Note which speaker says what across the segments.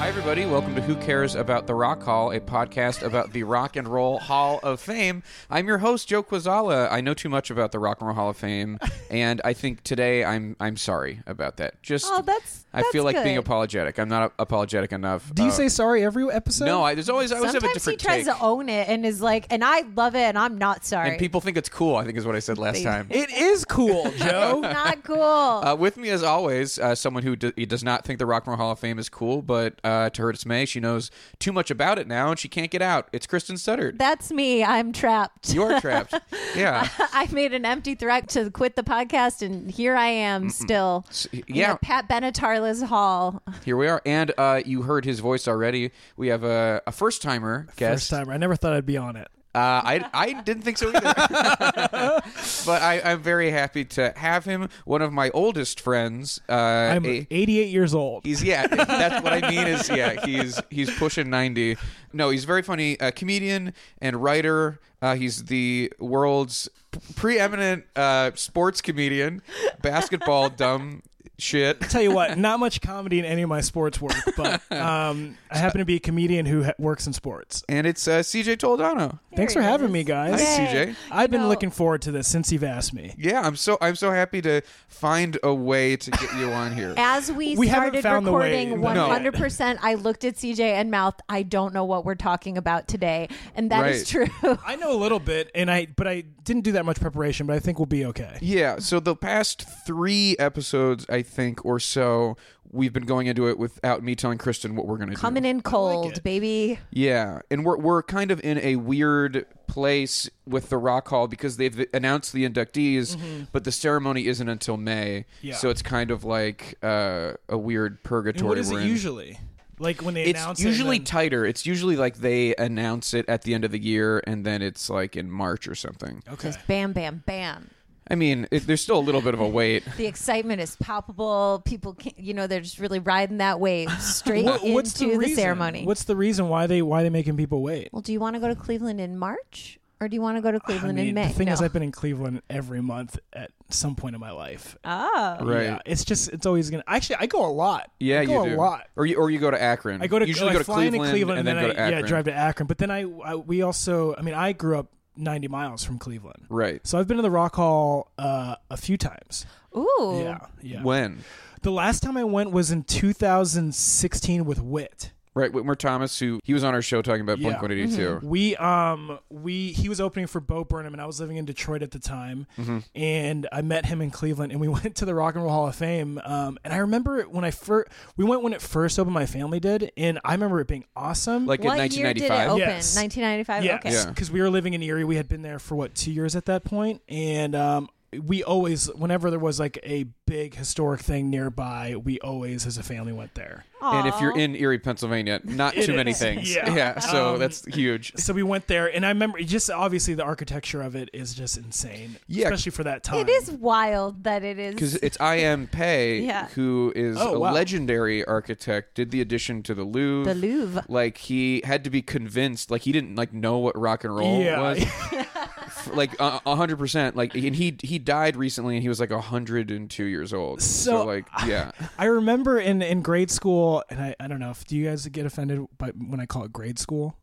Speaker 1: Hi, everybody. Welcome to Who Cares About the Rock Hall, a podcast about the Rock and Roll Hall of Fame. I'm your host, Joe Quazala. I know too much about the Rock and Roll Hall of Fame, and I think today I'm I'm sorry about that. Just
Speaker 2: Oh, that's-
Speaker 1: I feel
Speaker 2: that's
Speaker 1: like being
Speaker 2: good.
Speaker 1: apologetic. I'm not a- apologetic enough.
Speaker 3: Do you
Speaker 1: Uh,
Speaker 3: say sorry every episode?
Speaker 1: no? I, there's always I always have a
Speaker 2: Sometimes he
Speaker 1: different
Speaker 2: tries
Speaker 1: take,
Speaker 2: to own it and is like, and I love it, and I'm not sorry.
Speaker 1: and people think it's cool. I think is what I said last time.
Speaker 3: It is cool, Joe.
Speaker 2: not cool.
Speaker 1: Uh, with me, as always, uh, someone who d- he does not think the Rock and Roll Hall of Fame is cool, but uh, to her dismay, she knows too much about it now and she can't get out. It's Kristen Studdard.
Speaker 2: That's me. I'm trapped.
Speaker 1: You're trapped. Yeah.
Speaker 2: I made an empty threat to quit the podcast, and here I am still.
Speaker 1: y-
Speaker 2: in
Speaker 1: yeah.
Speaker 2: a Pat Benatarla's hall.
Speaker 1: Here we are, and uh, you heard his voice already. We have a, a first timer
Speaker 3: First
Speaker 1: guest.
Speaker 3: timer. I never thought I'd be on it.
Speaker 1: Uh, I I didn't think so either, but I, I'm very happy to have him. One of my oldest friends. Uh,
Speaker 3: I'm
Speaker 1: a-
Speaker 3: 88 years old.
Speaker 1: He's yeah. That's what I mean is yeah. He's he's pushing ninety. No, he's very funny. Uh, comedian and writer. Uh, he's the world's p- preeminent uh, sports comedian. Basketball dumb shit.
Speaker 3: Tell you what, not much comedy in any of my sports work, but um, I happen to be a comedian who ha- works in sports.
Speaker 1: And it's uh, CJ Toledano.
Speaker 3: Thanks for having me, guys.
Speaker 1: Hi, CJ.
Speaker 3: I've been
Speaker 2: know-
Speaker 3: looking forward to this since you've asked me.
Speaker 1: Yeah, I'm so I'm so happy to find a way to get you on here.
Speaker 2: As we,
Speaker 3: We haven't
Speaker 2: started
Speaker 3: found the way
Speaker 2: recording,
Speaker 3: that-
Speaker 1: No.
Speaker 2: 100%, I looked at CJ and mouthed, I don't know what we're talking about today. And that is
Speaker 1: Right.
Speaker 2: true.
Speaker 3: I know a little bit, and I but I didn't do that much preparation, but I think we'll be okay.
Speaker 1: Yeah, so the past three episodes, I think, or so, we've been going into it without me telling Kristen what we're gonna
Speaker 2: Coming
Speaker 1: do.
Speaker 2: in cold,
Speaker 3: it.
Speaker 2: baby.
Speaker 1: Yeah, and we're we're kind of in a weird place with the Rock Hall because they've announced the inductees,
Speaker 2: Mm-hmm.
Speaker 1: but the ceremony isn't until May.
Speaker 3: Yeah.
Speaker 1: So it's kind of like uh, a weird purgatory.
Speaker 3: And what is
Speaker 1: we're
Speaker 3: it
Speaker 1: in.
Speaker 3: usually? Like when they announce
Speaker 1: It's
Speaker 3: it
Speaker 1: usually
Speaker 3: and then-
Speaker 1: tighter. It's usually like they announce it at the end of the year, and then it's like in March or something.
Speaker 3: okay.
Speaker 2: Just bam, bam, bam.
Speaker 1: I mean, it, there's still a little bit of a wait.
Speaker 2: The excitement is palpable. People, can, you know, they're just really riding that wave straight
Speaker 3: What- what's
Speaker 2: into the,
Speaker 3: reason?
Speaker 2: ceremony.
Speaker 3: What's the reason why they why they making people wait?
Speaker 2: well, do you want to go to Cleveland in March or do you want to go to
Speaker 3: I
Speaker 2: Cleveland
Speaker 3: mean,
Speaker 2: in May?
Speaker 3: The thing
Speaker 2: no.
Speaker 3: is, I've been in Cleveland every month at some point in my life.
Speaker 2: oh,
Speaker 1: Right.
Speaker 3: Yeah, it's just it's always gonna. Actually, I go a lot.
Speaker 1: Yeah,
Speaker 3: I go
Speaker 1: you
Speaker 3: a
Speaker 1: do.
Speaker 3: lot.
Speaker 1: Or you or you go to Akron.
Speaker 3: I go to
Speaker 1: usually
Speaker 3: I
Speaker 1: go to
Speaker 3: fly
Speaker 1: Cleveland,
Speaker 3: into Cleveland
Speaker 1: and then, go to
Speaker 3: I,
Speaker 1: Akron.
Speaker 3: yeah drive to Akron. But then I, I we also I mean I grew up 90 miles from Cleveland,
Speaker 1: Right.
Speaker 3: so I've been to the Rock Hall uh, a few times.
Speaker 2: ooh,
Speaker 3: Yeah, yeah.
Speaker 1: When?
Speaker 3: The last time I went was in 2016 with Wit.
Speaker 1: Right, Whitmer Thomas, who he was on our show talking about Blink
Speaker 3: Yeah.
Speaker 1: One Eighty
Speaker 2: Mm-hmm.
Speaker 1: Two.
Speaker 3: We um we he was opening for Bo Burnham and I was living in Detroit at the time
Speaker 1: Mm-hmm.
Speaker 3: and I met him in Cleveland and we went to the Rock and Roll Hall of Fame um and I remember when I first we went when it first opened my family did and I remember it being awesome
Speaker 1: Like in
Speaker 2: What year did it
Speaker 1: 1995.
Speaker 2: Oh, open?
Speaker 3: Yes.
Speaker 2: 1995.
Speaker 3: yes
Speaker 2: Oh, Okay.
Speaker 1: Yeah.
Speaker 3: because we were living in Erie we had been there for what two years at that point and um we always whenever there was like a big historic thing nearby we always as a family went there
Speaker 1: And if you're in Erie, Pennsylvania, not too many things.
Speaker 3: Yeah.
Speaker 1: so
Speaker 3: Um,
Speaker 1: that's huge.
Speaker 3: so we went there and I remember just obviously the architecture of it is just insane
Speaker 1: Yeah.
Speaker 3: especially for that time
Speaker 2: It is wild that it is.
Speaker 1: Because it's I M. Pei,
Speaker 2: Yeah.
Speaker 1: who is
Speaker 3: Oh,
Speaker 1: a
Speaker 3: wow.
Speaker 1: legendary architect, did the addition to the Louvre.
Speaker 2: The Louvre.
Speaker 1: Like he had to be convinced, like he didn't like know what rock and roll
Speaker 3: Yeah.
Speaker 1: was. F- like a a hundred percent. Like and he he died recently, and he was like hundred and two years old.
Speaker 3: So-
Speaker 1: like yeah,
Speaker 3: I remember in, in grade school, and I, I don't know if do you guys get offended by when I call it grade school?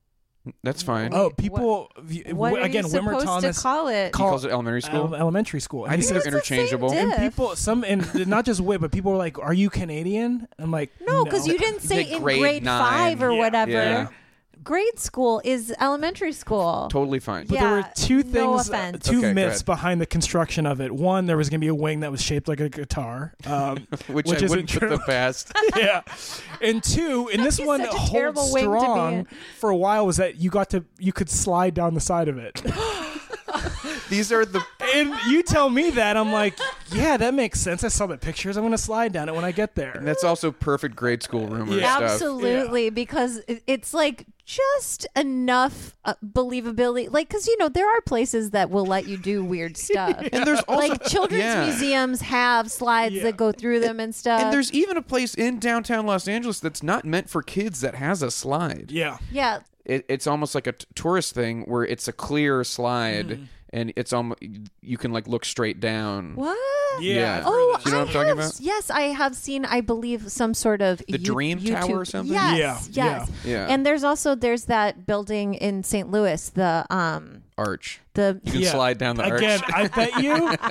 Speaker 1: That's fine.
Speaker 3: Oh, people v-
Speaker 2: What
Speaker 3: w-
Speaker 2: are
Speaker 3: again,
Speaker 2: you
Speaker 3: Wimmer
Speaker 2: supposed
Speaker 3: Thomas
Speaker 2: to call it?
Speaker 3: call-
Speaker 1: he calls it elementary school.
Speaker 3: ele- elementary school.
Speaker 1: I
Speaker 3: And
Speaker 1: think
Speaker 3: he
Speaker 1: they're
Speaker 3: says-
Speaker 2: the same
Speaker 1: interchangeable.
Speaker 2: diff.
Speaker 3: and people some and not just wit, but people were like, "Are you Canadian?" I'm like,
Speaker 2: No, because you didn't say
Speaker 1: Like
Speaker 2: in
Speaker 1: grade
Speaker 2: grade,
Speaker 1: nine.
Speaker 2: five or
Speaker 3: Yeah.
Speaker 2: whatever.
Speaker 1: Yeah.
Speaker 2: Grade school is elementary school.
Speaker 1: Totally fine.
Speaker 3: But
Speaker 2: Yeah.
Speaker 3: there were
Speaker 2: no
Speaker 3: two things, uh,
Speaker 2: offense.
Speaker 3: two
Speaker 1: Okay, go
Speaker 3: myths
Speaker 1: ahead.
Speaker 3: behind the construction of it. One, there was going to be a wing that was shaped like a guitar, um,
Speaker 1: Which, I
Speaker 3: isn't
Speaker 1: wouldn't put
Speaker 3: true.
Speaker 1: the best.
Speaker 3: yeah. And two, and this
Speaker 2: He's
Speaker 3: one
Speaker 2: such a
Speaker 3: holds
Speaker 2: terrible wing to be
Speaker 3: strong
Speaker 2: in.
Speaker 3: for a while was that you got to you could slide down the side of it.
Speaker 1: These are the
Speaker 3: and you tell me that I'm like, yeah, that makes sense. I saw the pictures. I'm gonna slide down it when I get there.
Speaker 1: That's also perfect grade school rumor
Speaker 3: Yeah.
Speaker 1: stuff.
Speaker 2: Absolutely, because it- it's like just enough uh, believability. Like, because you know there are places that will let you do weird stuff.
Speaker 1: And there's also
Speaker 2: like children's
Speaker 1: yeah.
Speaker 2: museums have slides
Speaker 3: Yeah.
Speaker 2: that go through them and stuff.
Speaker 1: And there's even a place in downtown Los Angeles that's not meant for kids that has a slide.
Speaker 3: Yeah.
Speaker 2: yeah,
Speaker 1: It, it's almost like a t- tourist thing where it's a clear slide
Speaker 2: Mm-hmm.
Speaker 1: and it's almost you can like look straight down.
Speaker 2: what?
Speaker 1: Yeah.
Speaker 2: Oh,
Speaker 1: You know
Speaker 2: I
Speaker 1: what I'm talking
Speaker 2: have,
Speaker 1: about?
Speaker 2: Yes, I have seen. I believe some sort of
Speaker 1: The Dream Tower or something?
Speaker 2: Yes,
Speaker 3: Yeah,
Speaker 2: yes.
Speaker 1: yeah. Yeah.
Speaker 2: And there's also there's that building in St. Louis, the um
Speaker 1: Arch.
Speaker 2: the
Speaker 1: You can slide down the
Speaker 3: Again,
Speaker 1: arch.
Speaker 3: I bet you.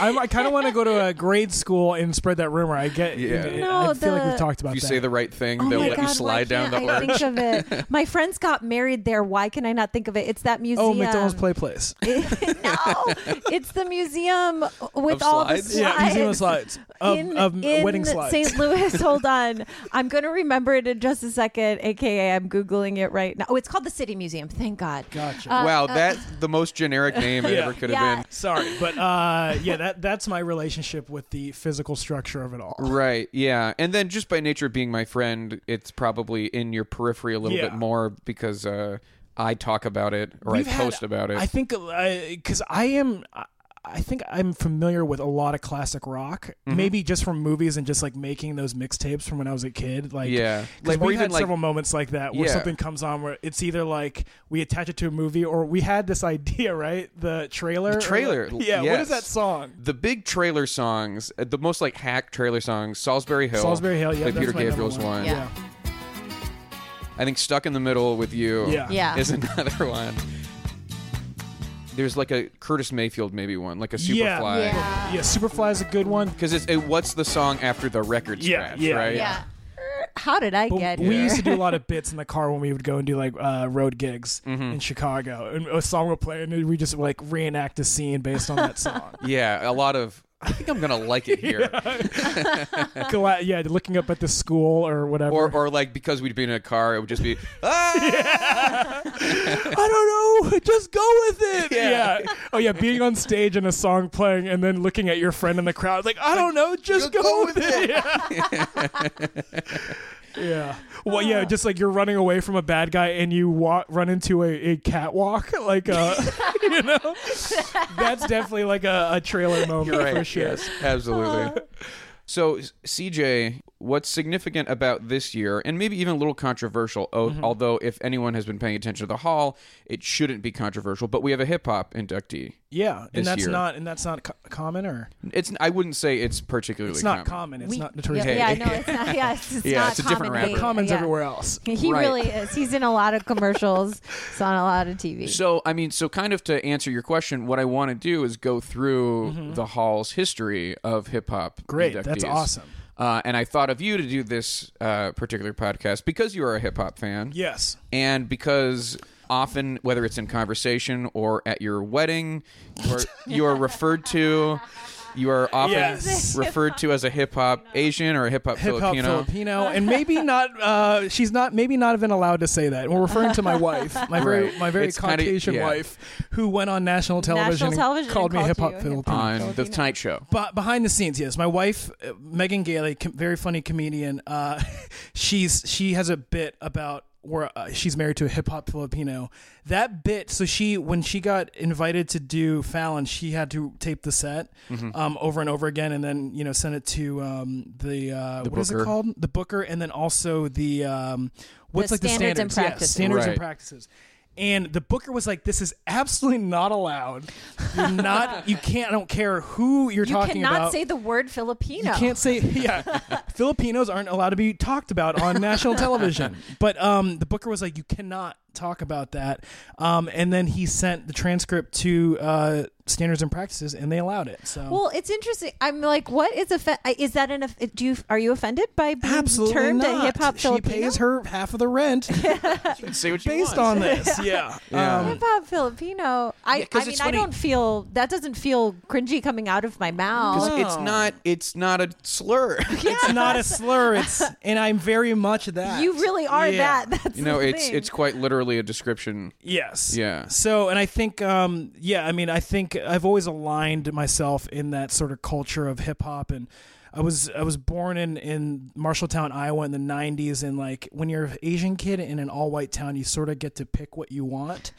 Speaker 3: I'm, I kind of want to go to a grade school and spread that rumor. I get.
Speaker 1: Yeah.
Speaker 3: I
Speaker 2: No,
Speaker 3: feel like
Speaker 2: the-
Speaker 3: we've talked about
Speaker 1: If you
Speaker 3: that.
Speaker 1: say the right thing,
Speaker 2: Oh
Speaker 1: they'll
Speaker 2: my
Speaker 1: let
Speaker 2: God,
Speaker 1: you
Speaker 2: why
Speaker 1: slide down the
Speaker 2: can't I
Speaker 1: arch.
Speaker 2: Think of it. My friends got married there. Why can I not think of it? It's that museum.
Speaker 3: oh, McDonald's
Speaker 2: um,
Speaker 3: play place.
Speaker 2: no, it's the museum with
Speaker 1: Of
Speaker 2: all
Speaker 1: slides?
Speaker 2: the
Speaker 3: Yeah,
Speaker 2: slides.
Speaker 3: museum of slides of,
Speaker 2: in,
Speaker 3: of
Speaker 2: in
Speaker 3: wedding slides.
Speaker 2: St. Louis. Hold on. I'm going to remember it in just a second, aka I'm Googling it right now. Oh, it's called the City Museum. Thank God. Uh,
Speaker 3: Gotcha.
Speaker 1: wow, that's the most generic name it
Speaker 3: Yeah.
Speaker 1: ever could
Speaker 2: Yeah.
Speaker 1: have been.
Speaker 3: Sorry, but uh, yeah, that that's my relationship with the physical structure of it all.
Speaker 1: Right, yeah. And then just by nature of being my friend, it's probably in your periphery a little
Speaker 3: Yeah.
Speaker 1: bit more because uh, I talk about it or
Speaker 3: We've
Speaker 1: I
Speaker 3: had-
Speaker 1: post about it.
Speaker 3: I think because I am. I- I think I'm familiar with a lot of classic rock,
Speaker 1: Mm-hmm.
Speaker 3: maybe just from movies and just like making those mixtapes from when I was a kid. Like,
Speaker 1: Yeah.
Speaker 3: 'cause
Speaker 1: Like, or
Speaker 3: we've
Speaker 1: even,
Speaker 3: had
Speaker 1: like-
Speaker 3: several moments like that where
Speaker 1: Yeah.
Speaker 3: something comes on where it's either like we attach it to a movie or we had this idea, right? The trailer, or-
Speaker 1: trailer,
Speaker 3: yeah. What
Speaker 1: yes.
Speaker 3: is that song?
Speaker 1: the big trailer songs, uh, the most like hack trailer songs, Salisbury Hill.
Speaker 3: Salisbury Hill, yeah,
Speaker 1: Like
Speaker 3: that's
Speaker 1: Peter
Speaker 3: my number
Speaker 1: Gabriel's
Speaker 3: one.
Speaker 1: one.
Speaker 3: Yeah.
Speaker 1: I think Stuck in the Middle with You
Speaker 3: Yeah.
Speaker 2: Yeah.
Speaker 1: is another one. There's like a Curtis Mayfield maybe one, like a
Speaker 3: Yeah.
Speaker 1: Superfly.
Speaker 2: Yeah.
Speaker 3: yeah, Superfly is a good one.
Speaker 1: Because it's it, what's the song after the record
Speaker 3: Yeah,
Speaker 1: scratch,
Speaker 3: yeah,
Speaker 1: right?
Speaker 2: Yeah. How did I
Speaker 3: But
Speaker 2: get
Speaker 3: we
Speaker 2: here?
Speaker 3: used to do a lot of bits in the car when we would go and do like uh, road gigs in Chicago, and a song would play, and we just like reenact a scene based on that song.
Speaker 1: Yeah, a lot of I think I'm gonna like it here,
Speaker 3: Gla- yeah, looking up at the school or whatever.
Speaker 1: or or like because we'd be in a car, it would just be ah,
Speaker 3: I don't know, just go with it.
Speaker 1: Yeah.
Speaker 3: Yeah. Oh yeah, being on stage and a song playing, and then looking at your friend in the crowd, like I don't know, just go, with it. Yeah. yeah. Well, yeah, just like you're running away from a bad guy and you wa- run into a, a catwalk, like uh, you know, that's definitely like a, a trailer moment
Speaker 1: You're right,
Speaker 3: for sure.
Speaker 1: Yes, absolutely. So, S- CJ, what's significant about this year, and maybe even a little controversial, o-
Speaker 3: Mm-hmm.
Speaker 1: although if anyone has been paying attention to the hall, it shouldn't be controversial, but we have a hip hop inductee.
Speaker 3: Yeah,
Speaker 1: This
Speaker 3: and that's
Speaker 1: year.
Speaker 3: not and that's not co- common or
Speaker 1: It's I wouldn't say it's particularly
Speaker 3: it's not common. It's
Speaker 2: We-
Speaker 3: not notorious.
Speaker 2: Yeah, yeah, no, it's not. Yeah, it's, it's
Speaker 1: Yeah,
Speaker 2: not
Speaker 1: it's a different
Speaker 2: commonly-
Speaker 1: rapper.
Speaker 3: Common's
Speaker 2: yeah.
Speaker 3: everywhere else.
Speaker 2: He
Speaker 1: Right.
Speaker 2: really is. He's in a lot of commercials. He's on a lot of TV.
Speaker 1: So, I mean, so kind of to answer your question, what I want to do is go through the hall's history of hip hop.
Speaker 3: Mm-hmm. Great, that's
Speaker 1: inductees.
Speaker 3: awesome.
Speaker 1: Uh, and I thought of you to do this uh, particular podcast because you are a hip hop fan.
Speaker 3: Yes.
Speaker 1: and because often whether it's in conversation or at your wedding you are, you are referred to you are often
Speaker 3: Yes.
Speaker 1: referred to as a hip-hop asian or a hip-hop
Speaker 3: hip hop
Speaker 1: filipino
Speaker 3: Filipino. and maybe not. Uh, she's not maybe not even allowed to say that. We're referring to my wife, my very
Speaker 1: Right.
Speaker 3: my very
Speaker 1: It's kinda-
Speaker 3: Caucasian
Speaker 1: yeah.
Speaker 3: wife, who went on national television, and
Speaker 2: television
Speaker 3: called me
Speaker 2: called
Speaker 3: hip hop
Speaker 2: you a
Speaker 3: Filipino.
Speaker 1: on the tonight show
Speaker 3: Be- behind the scenes, yes. My wife, uh, Megan Gailey, com- very funny comedian. Uh, she's she has a bit about where uh, she's married to a hip hop Filipino. That bit, so she when she got invited to do Fallon, she had to tape the set
Speaker 1: Mm-hmm.
Speaker 3: um, over and over again, and then you know send it to um, the, uh, what is it
Speaker 1: booker.
Speaker 3: called the booker, and then also the um, what's
Speaker 2: The
Speaker 3: like the
Speaker 2: standards
Speaker 3: standards
Speaker 2: and
Speaker 3: yeah,
Speaker 2: practices.
Speaker 3: standards
Speaker 1: Right.
Speaker 3: and practices. And the booker was like, "This is absolutely not allowed. You're not. You can't. I don't care who you're
Speaker 2: you
Speaker 3: talking
Speaker 2: cannot
Speaker 3: about.
Speaker 2: say the word Filipino.
Speaker 3: You can't say yeah. Filipinos aren't allowed to be talked about on national television. But um, the Booker was like, you cannot talk about that. Um, and then he sent the transcript to uh, Standards and Practices, and they allowed it. So
Speaker 2: Well, it's interesting. I'm like, what is offen- Is that an? Off- do you are you offended by being
Speaker 3: absolutely
Speaker 2: termed
Speaker 3: not.
Speaker 2: a hip hop
Speaker 3: She
Speaker 2: Filipino?
Speaker 3: pays her half of the rent
Speaker 1: You can say what you
Speaker 3: based
Speaker 1: want.
Speaker 3: on this. Um, Yeah.
Speaker 1: Yeah.
Speaker 2: hip hop Filipino. I
Speaker 1: Yeah, 'cause
Speaker 2: I mean,
Speaker 1: it's
Speaker 2: I
Speaker 1: funny.
Speaker 2: don't feel that doesn't feel cringy coming out of my mouth.
Speaker 1: Because it's not it's not a slur.
Speaker 3: It's not a slur. It's and I'm very much that.
Speaker 2: You really are
Speaker 3: Yeah.
Speaker 2: that. That's
Speaker 1: you know,
Speaker 2: the
Speaker 1: it's
Speaker 2: thing.
Speaker 1: it's quite literally a description.
Speaker 3: Yes.
Speaker 1: Yeah.
Speaker 3: So, and I think, um, yeah, I mean, I think I've always aligned myself in that sort of culture of hip hop, and I was I was born in in Marshalltown, Iowa, in the '90s, and like when you're an Asian kid in an all white town, you sort of get to pick what you want,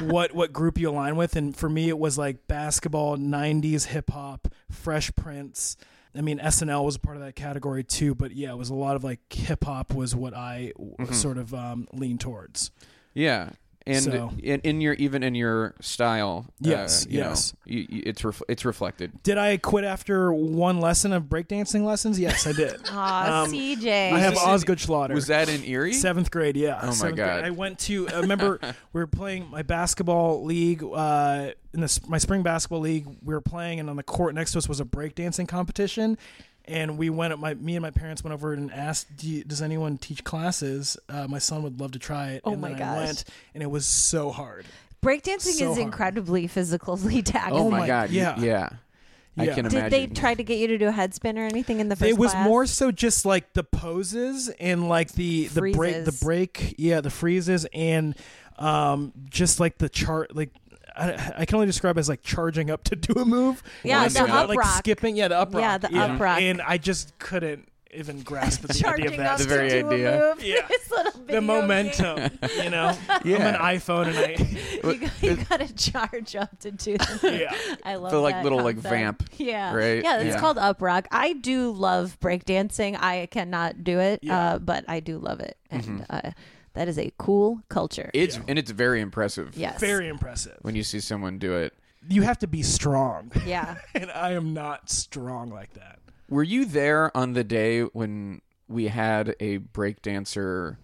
Speaker 3: what what group you align with, and for me, it was like basketball, '90s hip hop, Fresh Prince. I mean, SNL was a part of that category too, but yeah, it was a lot of like hip hop was what I w- sort of um, leaned towards.
Speaker 1: Yeah. And
Speaker 3: So-
Speaker 1: in, in your even in your style, uh,
Speaker 3: Yes,
Speaker 1: you know,
Speaker 3: yes.
Speaker 1: you- you- it's ref, it's reflected.
Speaker 3: Did I quit after one lesson of breakdancing lessons? Yes, I did.
Speaker 2: Aw, CJ.
Speaker 3: Um, I have
Speaker 1: this in-
Speaker 3: Osgood Schlatter.
Speaker 1: Was that in Erie?
Speaker 3: seventh grade? Yeah.
Speaker 1: my
Speaker 3: seventh grade.
Speaker 1: God.
Speaker 3: I went to. I remember we were playing my basketball league uh, in the, s- my spring basketball league. We were playing, and on the court next to us was a breakdancing competition. And we went. My me and my parents went over and asked, Do you, "Does anyone teach classes? Uh, my son would love to try it."
Speaker 2: Oh
Speaker 3: and
Speaker 2: my
Speaker 3: then
Speaker 2: gosh.
Speaker 3: I went, and it was so hard.
Speaker 2: Breakdancing
Speaker 3: so
Speaker 2: is
Speaker 3: hard.
Speaker 2: incredibly physically taxing.
Speaker 1: Oh, my
Speaker 3: my-
Speaker 1: god.
Speaker 3: yeah.
Speaker 1: Yeah. yeah. I
Speaker 3: Yeah.
Speaker 1: can
Speaker 2: Did
Speaker 1: imagine.
Speaker 2: they try to get you to do a headspin or anything in the first
Speaker 3: it was
Speaker 2: class?
Speaker 3: more so just like the poses and like the the break the
Speaker 2: Freezes.
Speaker 3: break yeah the freezes and um just like the chart like I, I can only describe it as like charging up to do a move
Speaker 2: Yeah,
Speaker 3: like,
Speaker 1: the
Speaker 3: not
Speaker 1: up
Speaker 3: like
Speaker 2: rock.
Speaker 3: skipping yeah the up rock
Speaker 2: Yeah, the up rock.
Speaker 3: and I just couldn't even grasp the idea
Speaker 2: charging
Speaker 3: of
Speaker 2: up
Speaker 3: that
Speaker 1: The very
Speaker 2: to do
Speaker 1: idea.
Speaker 2: a move.
Speaker 3: Yeah.
Speaker 2: This little video
Speaker 3: the
Speaker 2: game.
Speaker 3: momentum you know I'm an
Speaker 1: Yeah.
Speaker 3: iPhone and I
Speaker 2: You, got- you gotta charge up to do that.
Speaker 3: Yeah.
Speaker 2: I love
Speaker 1: The, like,
Speaker 2: that
Speaker 1: little, like,
Speaker 2: concept.
Speaker 1: vamp,
Speaker 2: Yeah.
Speaker 1: right?
Speaker 2: Yeah, it's
Speaker 1: Yeah.
Speaker 2: called up rock. I do love breakdancing. I cannot do it, uh, but I do love it, and
Speaker 1: Mm-hmm.
Speaker 2: uh, that is a cool culture.
Speaker 1: it's and it's very impressive.
Speaker 2: yes.
Speaker 3: very impressive
Speaker 1: When you see someone do it.
Speaker 3: you have to be strong
Speaker 2: yeah.
Speaker 3: and I am not strong like that
Speaker 1: Were you there on the day when we had a break dancer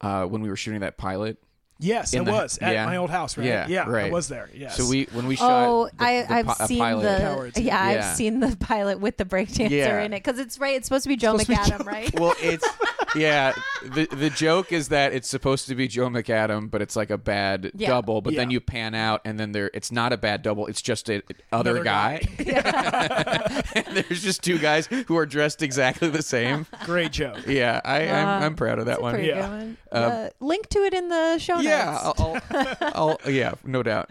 Speaker 1: uh, when we were shooting that pilot?
Speaker 3: yes
Speaker 1: In
Speaker 3: I
Speaker 1: the-
Speaker 3: was at
Speaker 1: yeah.
Speaker 3: my old house right
Speaker 1: Yeah,
Speaker 3: I
Speaker 1: right.
Speaker 3: was there yes
Speaker 1: So we when we shot
Speaker 2: Oh,
Speaker 1: the-
Speaker 2: I,
Speaker 1: the
Speaker 2: I've
Speaker 1: pi- a
Speaker 2: seen
Speaker 1: pilot,
Speaker 2: the
Speaker 3: Cowards.
Speaker 2: yeah,
Speaker 1: Yeah.
Speaker 2: I've seen the pilot with the breakdancer
Speaker 1: Yeah.
Speaker 2: in it because it's right. It's supposed to be Joe
Speaker 3: supposed to be
Speaker 2: McAdam, right?
Speaker 1: Well, it's yeah. The the joke is that it's supposed to be Joe McAdam, but it's like a bad
Speaker 2: Yeah.
Speaker 1: double. But then
Speaker 3: Yeah.
Speaker 1: you pan out, and then there it's not a bad double. It's just a other
Speaker 3: Another
Speaker 1: guy.
Speaker 3: guy.
Speaker 1: and there's just two guys who are dressed exactly the same.
Speaker 3: great joke
Speaker 1: Yeah, I, I'm, I'm proud of that
Speaker 2: That's Uh, a
Speaker 1: one.
Speaker 2: pretty
Speaker 1: Yeah,
Speaker 3: Yeah.
Speaker 2: good one. Uh, link to it in the show
Speaker 1: yeah,
Speaker 2: notes.
Speaker 1: I'll, I'll, I'll- yeah, no doubt.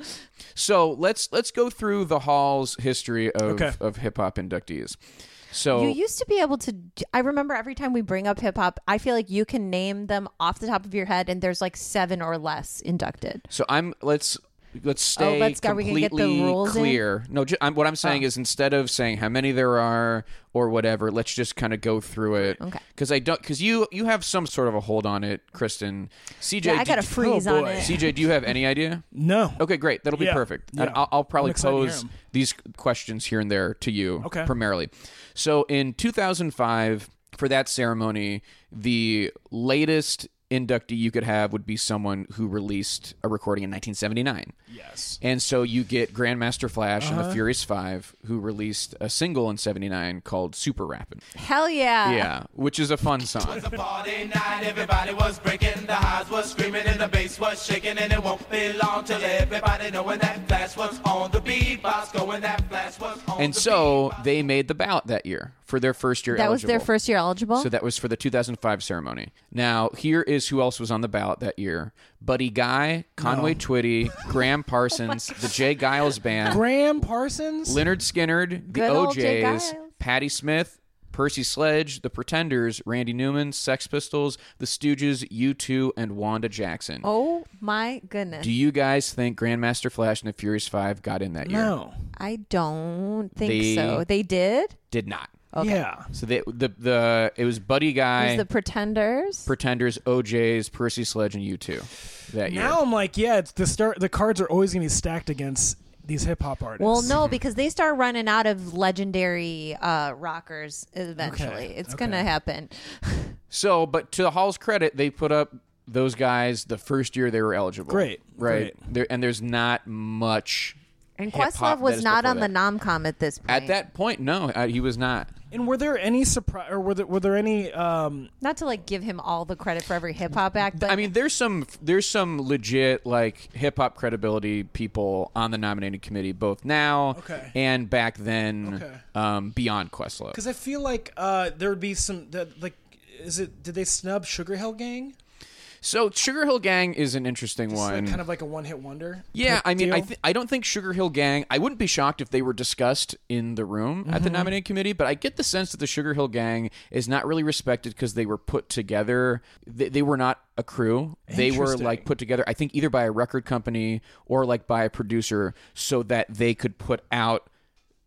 Speaker 1: So let's let's go through the Hall's history of
Speaker 3: Okay.
Speaker 1: of hip hop inductees. So
Speaker 2: You used to be able to. d- I remember every time we bring up hip hop, I feel like you can name them off the top of your head, and there's like seven or less inducted.
Speaker 1: So I'm let's let's stay
Speaker 2: Oh, let's go. We can
Speaker 1: completely
Speaker 2: get the rules in? Oh.
Speaker 1: clear. No, ju- I'm, what I'm saying is instead of saying how many there are or whatever, let's just kind of go through it.
Speaker 2: Okay.
Speaker 1: Because I don't because you you have some sort of a hold on it, Kristen. CJ,
Speaker 2: Yeah, I
Speaker 1: did
Speaker 2: got a
Speaker 1: you-
Speaker 2: freeze
Speaker 3: oh,
Speaker 2: on
Speaker 3: boy.
Speaker 2: it.
Speaker 1: CJ, do you have any idea?
Speaker 3: no
Speaker 1: Okay, great. That'll be
Speaker 3: Yeah.
Speaker 1: perfect. And
Speaker 3: Yeah.
Speaker 1: I'll, I'll probably
Speaker 3: I'm excited to hear
Speaker 1: pose
Speaker 3: 'em.
Speaker 1: these questions here and there to you
Speaker 3: Okay.
Speaker 1: primarily. So in 2005, for that ceremony, the latest inductee you could have would be someone who released a recording in 1979.
Speaker 3: Yes. Uh-huh.
Speaker 1: And so you get Grandmaster Flash and the Furious Five, who released a single in '79 called "Super Rapid."
Speaker 2: Hell yeah!
Speaker 1: Yeah, which is a fun song.
Speaker 4: was a party night, everybody was breaking, the highs was screaming and the bass was shaking, and it won't be long till everybody knowing that flash was on the beat, box going that flash was on
Speaker 1: And
Speaker 4: the
Speaker 1: so they made the ballot that year for their first year.
Speaker 2: that was their
Speaker 1: eligible.
Speaker 2: first year eligible.
Speaker 1: So that was for the 2005 ceremony. Now, here is who else was on the ballot that year Buddy Guy, Conway Twitty,
Speaker 2: Oh
Speaker 1: Graham Parsons, the Jay Giles Band,
Speaker 3: Graham Parsons.
Speaker 1: Leonard Skinnerd, the
Speaker 2: Good old Jay
Speaker 1: OJs,
Speaker 2: Giles.
Speaker 1: Patti Smith, Percy Sledge, The Pretenders, Randy Newman, Sex Pistols, The Stooges, U2, and Wanda Jackson.
Speaker 2: oh my goodness!
Speaker 1: Do you guys think Grandmaster Flash and the Furious Five got in that year?
Speaker 3: no.
Speaker 2: I don't think
Speaker 1: They-
Speaker 2: so. They did.
Speaker 1: Did not.
Speaker 3: Yeah.
Speaker 1: So they, the the it was Buddy
Speaker 2: It was
Speaker 1: Guy,
Speaker 2: the Pretenders.
Speaker 1: Pretenders, OJ's, Percy Sledge, and U2 that year.
Speaker 3: Now I'm like, yeah, it's the start. The cards are always gonna be stacked against these hip hop artists.
Speaker 2: well, no, because they start running out of legendary uh, rockers eventually. It's gonna happen.
Speaker 1: So, but to the Hall's credit, they put up those guys the first year they were eligible.
Speaker 3: Great,
Speaker 1: right?
Speaker 3: great.
Speaker 1: There, and there's not much.
Speaker 2: And
Speaker 1: hip-hop
Speaker 2: Questlove
Speaker 1: that
Speaker 2: was
Speaker 1: is
Speaker 2: not
Speaker 1: before
Speaker 2: on the
Speaker 1: that.
Speaker 2: nomcom at this point.
Speaker 1: At that point, no, uh, he was not.
Speaker 3: And were there any surprise or were there, were there any um
Speaker 2: not to like give him all the credit for every hip hop act, but
Speaker 1: I mean, there's some there's some legit like hip hop credibility people on the nominating committee both now
Speaker 3: Okay.
Speaker 1: and back then,
Speaker 3: Okay.
Speaker 1: um, beyond Questlove.
Speaker 3: cuz I feel like uh there would be some that like is it did they snub Sugar Hill Gang?
Speaker 1: So Sugar Hill Gang is an interesting
Speaker 3: It's like
Speaker 1: one.
Speaker 3: kind of like a one-hit wonder.
Speaker 1: yeah,
Speaker 3: type
Speaker 1: I mean, I,
Speaker 3: deal?
Speaker 1: th- I don't think Sugar Hill Gang. I wouldn't be shocked if they were discussed in the room at
Speaker 3: Mm-hmm.
Speaker 1: the nominating committee, but I get the sense that the Sugar Hill Gang is not really respected because they were put together. They, they were not a crew. They were like put together, I think, either by a record company or like by a producer, so that they could put out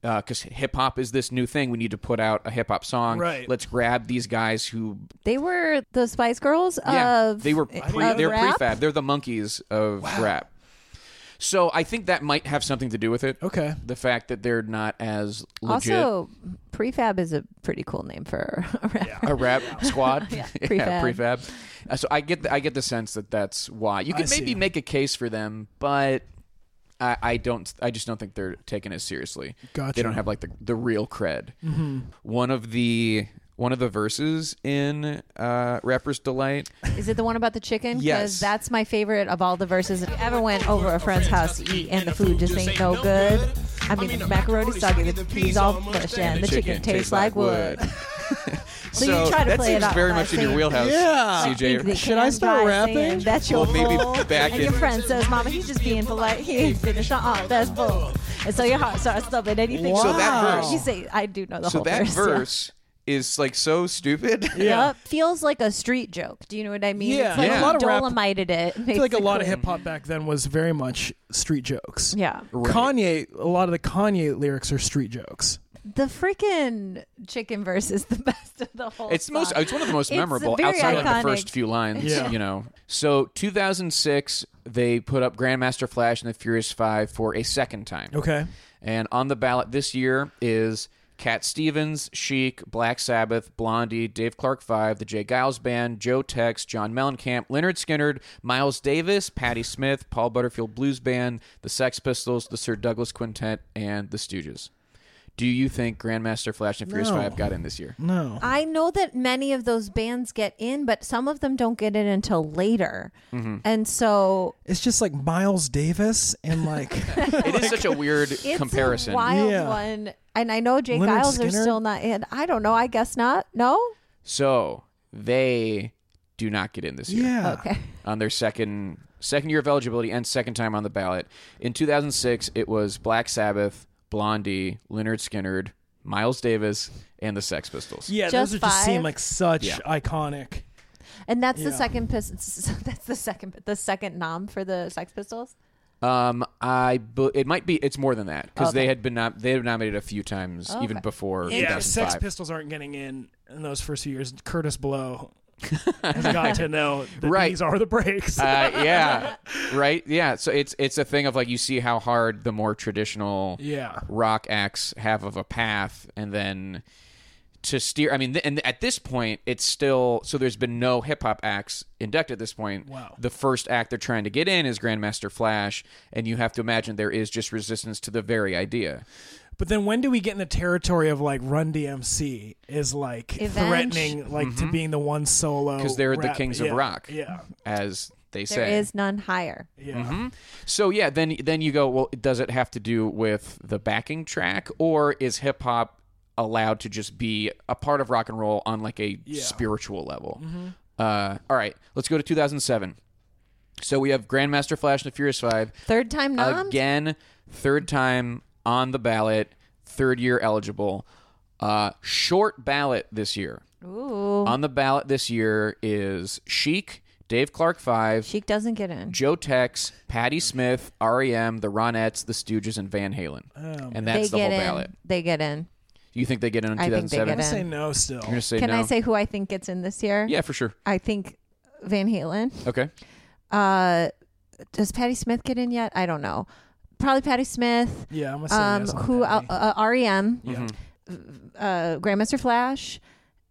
Speaker 1: because hip hop is this new thing. We need to put out a hip hop song.
Speaker 3: Right.
Speaker 1: Let's grab these guys who
Speaker 2: they were the Spice Girls
Speaker 1: yeah,
Speaker 2: of
Speaker 1: they were pre,
Speaker 2: of
Speaker 1: they're
Speaker 2: rap.
Speaker 1: prefab. They're the monkeys of rap. So I think that might have something to do with it.
Speaker 3: Okay.
Speaker 1: The fact that they're not as legit
Speaker 2: Also, prefab is a pretty cool name for a rapper.
Speaker 1: a rap squad. yeah,
Speaker 2: prefab.
Speaker 1: prefab. Uh, so I get the, I get the sense that that's why you could
Speaker 3: see.
Speaker 1: maybe make a case for them, but. I, I don't. I just don't think they're taken as seriously. They
Speaker 3: Gotcha. Mm-hmm.
Speaker 1: don't have like the, the real cred. One of the one of the verses in uh, "Rapper's Delight"
Speaker 2: Is it the one about the chicken?
Speaker 1: Yes.
Speaker 2: that's my favorite of all the verses. If I ever went over a friend's house to eat and the food just ain't no good. I mean, the macaroni soggy, the peas all mushed, and the chicken tastes like wood.
Speaker 1: so
Speaker 2: you try to
Speaker 1: that
Speaker 2: play it
Speaker 1: seems
Speaker 2: up
Speaker 1: very
Speaker 2: by
Speaker 1: much in your
Speaker 2: saying-
Speaker 1: wheelhouse,
Speaker 3: Yeah.
Speaker 1: CJ.
Speaker 3: Should I start rapping?
Speaker 2: That's your
Speaker 1: Well, maybe
Speaker 2: goal.
Speaker 1: back
Speaker 2: And
Speaker 1: in-
Speaker 2: your friend says, Mama, he's just being polite. He ain't finished. Uh-uh, that's bull. And so your heart starts thumping and you think,
Speaker 3: So that
Speaker 2: "Wow."
Speaker 1: verse-
Speaker 2: You say, I do know the
Speaker 1: So
Speaker 2: whole
Speaker 1: that
Speaker 2: yeah.
Speaker 1: verse is like so stupid.
Speaker 2: Yep. Feels like a street joke. Do you know what I mean?
Speaker 3: Yeah.
Speaker 2: It's like
Speaker 1: Yeah.
Speaker 2: you
Speaker 1: A lot
Speaker 3: of rap-
Speaker 2: dolomited it.
Speaker 3: I feel like a lot of hip hop back then was very much street jokes.
Speaker 2: Yeah.
Speaker 3: Kanye, a lot of the Kanye lyrics are street jokes.
Speaker 2: The freaking chicken verse is the best of the whole
Speaker 1: It's the most.
Speaker 2: song.
Speaker 1: It's one of the most
Speaker 2: It's
Speaker 1: memorable
Speaker 2: very
Speaker 1: outside of the
Speaker 2: iconic.
Speaker 1: first few lines.
Speaker 3: Yeah.
Speaker 1: You know. So 2006, they put up Grandmaster Flash and the Furious Five for a second time.
Speaker 3: Okay.
Speaker 1: And on the ballot this year is Cat Stevens, Chic, Black Sabbath, Blondie, Dave Clark Five, the Jay Giles Band, Joe Tex, John Mellencamp, Leonard Skinner, Miles Davis, Patti Smith, Paul Butterfield Blues Band, the Sex Pistols, the Sir Douglas Quintet, and the Stooges. Do you think Grandmaster Flash and Furious
Speaker 3: No.
Speaker 1: Five got in this year?
Speaker 3: No.
Speaker 2: I know that many of those bands get in, but some of them don't get in until later.
Speaker 1: Mm-hmm.
Speaker 2: And so
Speaker 3: It's just like Miles Davis and like
Speaker 1: It is such a weird
Speaker 2: it's
Speaker 1: comparison.
Speaker 2: a wild
Speaker 3: Yeah.
Speaker 2: one. And I know Jay
Speaker 3: Leonard
Speaker 2: Giles
Speaker 3: Skinner?
Speaker 2: are still not in. I don't know. I guess not. No?
Speaker 1: So they do not get in this year.
Speaker 3: yeah.
Speaker 2: Okay.
Speaker 1: on their second second year of eligibility and second time on the ballot. In 2006, it was Black Sabbath, Blondie, Leonard Skinner, Miles Davis, and the Sex Pistols.
Speaker 3: Yeah,
Speaker 2: Just
Speaker 3: those would just seem
Speaker 2: five?
Speaker 3: like such
Speaker 1: Yeah.
Speaker 3: iconic.
Speaker 2: And that's the
Speaker 3: Yeah.
Speaker 2: second pis- that's the second the second nom for the Sex Pistols.
Speaker 1: Um, I bu- it might be it's more than that because they had been nom- they had nominated a few times even before
Speaker 3: Yeah, Sex
Speaker 1: 2005.
Speaker 3: Pistols aren't getting in in those first few years. Curtis Blow has got to know that
Speaker 1: Right.
Speaker 3: these are the breaks.
Speaker 1: uh, yeah, right. Yeah, so it's it's a thing of like you see how hard the more traditional
Speaker 3: yeah.
Speaker 1: rock acts have of a path and then to steer i mean th- and at this point it's still so there's been no hip hop acts inducted at this point
Speaker 3: Wow.
Speaker 1: the first act they're trying to get in is grandmaster flash and you have to imagine there is just resistance to the very idea
Speaker 3: But then when do we get in the territory of like Run DMC is like
Speaker 2: Evenge.
Speaker 3: threatening like to being the one solo
Speaker 1: Mm-hmm. 'Cause they're the
Speaker 3: Oh, rap-
Speaker 1: kings of
Speaker 3: yeah,
Speaker 1: rock.
Speaker 3: Yeah.
Speaker 1: as they
Speaker 2: There
Speaker 1: say
Speaker 2: is none higher.
Speaker 3: Yeah.
Speaker 1: so yeah then then you go well does it have to do with the backing track or is hip hop allowed to just be a part of rock and roll on like a spiritual level uh, all right let's go to 2007 so we have grandmaster flash and the furious five
Speaker 2: Third time nom?
Speaker 1: again third time on the ballot third year eligible uh, short ballot this year
Speaker 2: Ooh.
Speaker 1: on the ballot this year is chic dave clark five
Speaker 2: Sheik doesn't get in.
Speaker 1: Joe Tex, Patti Smith, REM, the Ronettes, the Stooges, and Van Halen.
Speaker 3: Oh,
Speaker 1: and
Speaker 2: they
Speaker 1: that's the
Speaker 2: get
Speaker 1: whole
Speaker 2: in.
Speaker 1: ballot.
Speaker 2: They get in.
Speaker 1: You think they get in on
Speaker 2: I think they
Speaker 1: 2007?
Speaker 2: get in.
Speaker 3: Say no still.
Speaker 1: You're going to say
Speaker 2: Can
Speaker 1: no?
Speaker 2: I say who I think gets in this year?
Speaker 1: Yeah, for sure.
Speaker 2: I think Van Halen.
Speaker 1: Okay.
Speaker 2: Uh, does Patti Smith get in yet? I don't know. Probably Patti Smith.
Speaker 3: Yeah, I'm gonna say
Speaker 2: Um,
Speaker 3: yes on
Speaker 2: who
Speaker 3: Patty.
Speaker 1: Mm-hmm.
Speaker 2: uh, uh, REM,
Speaker 3: yeah.
Speaker 2: uh, Grandmaster Flash,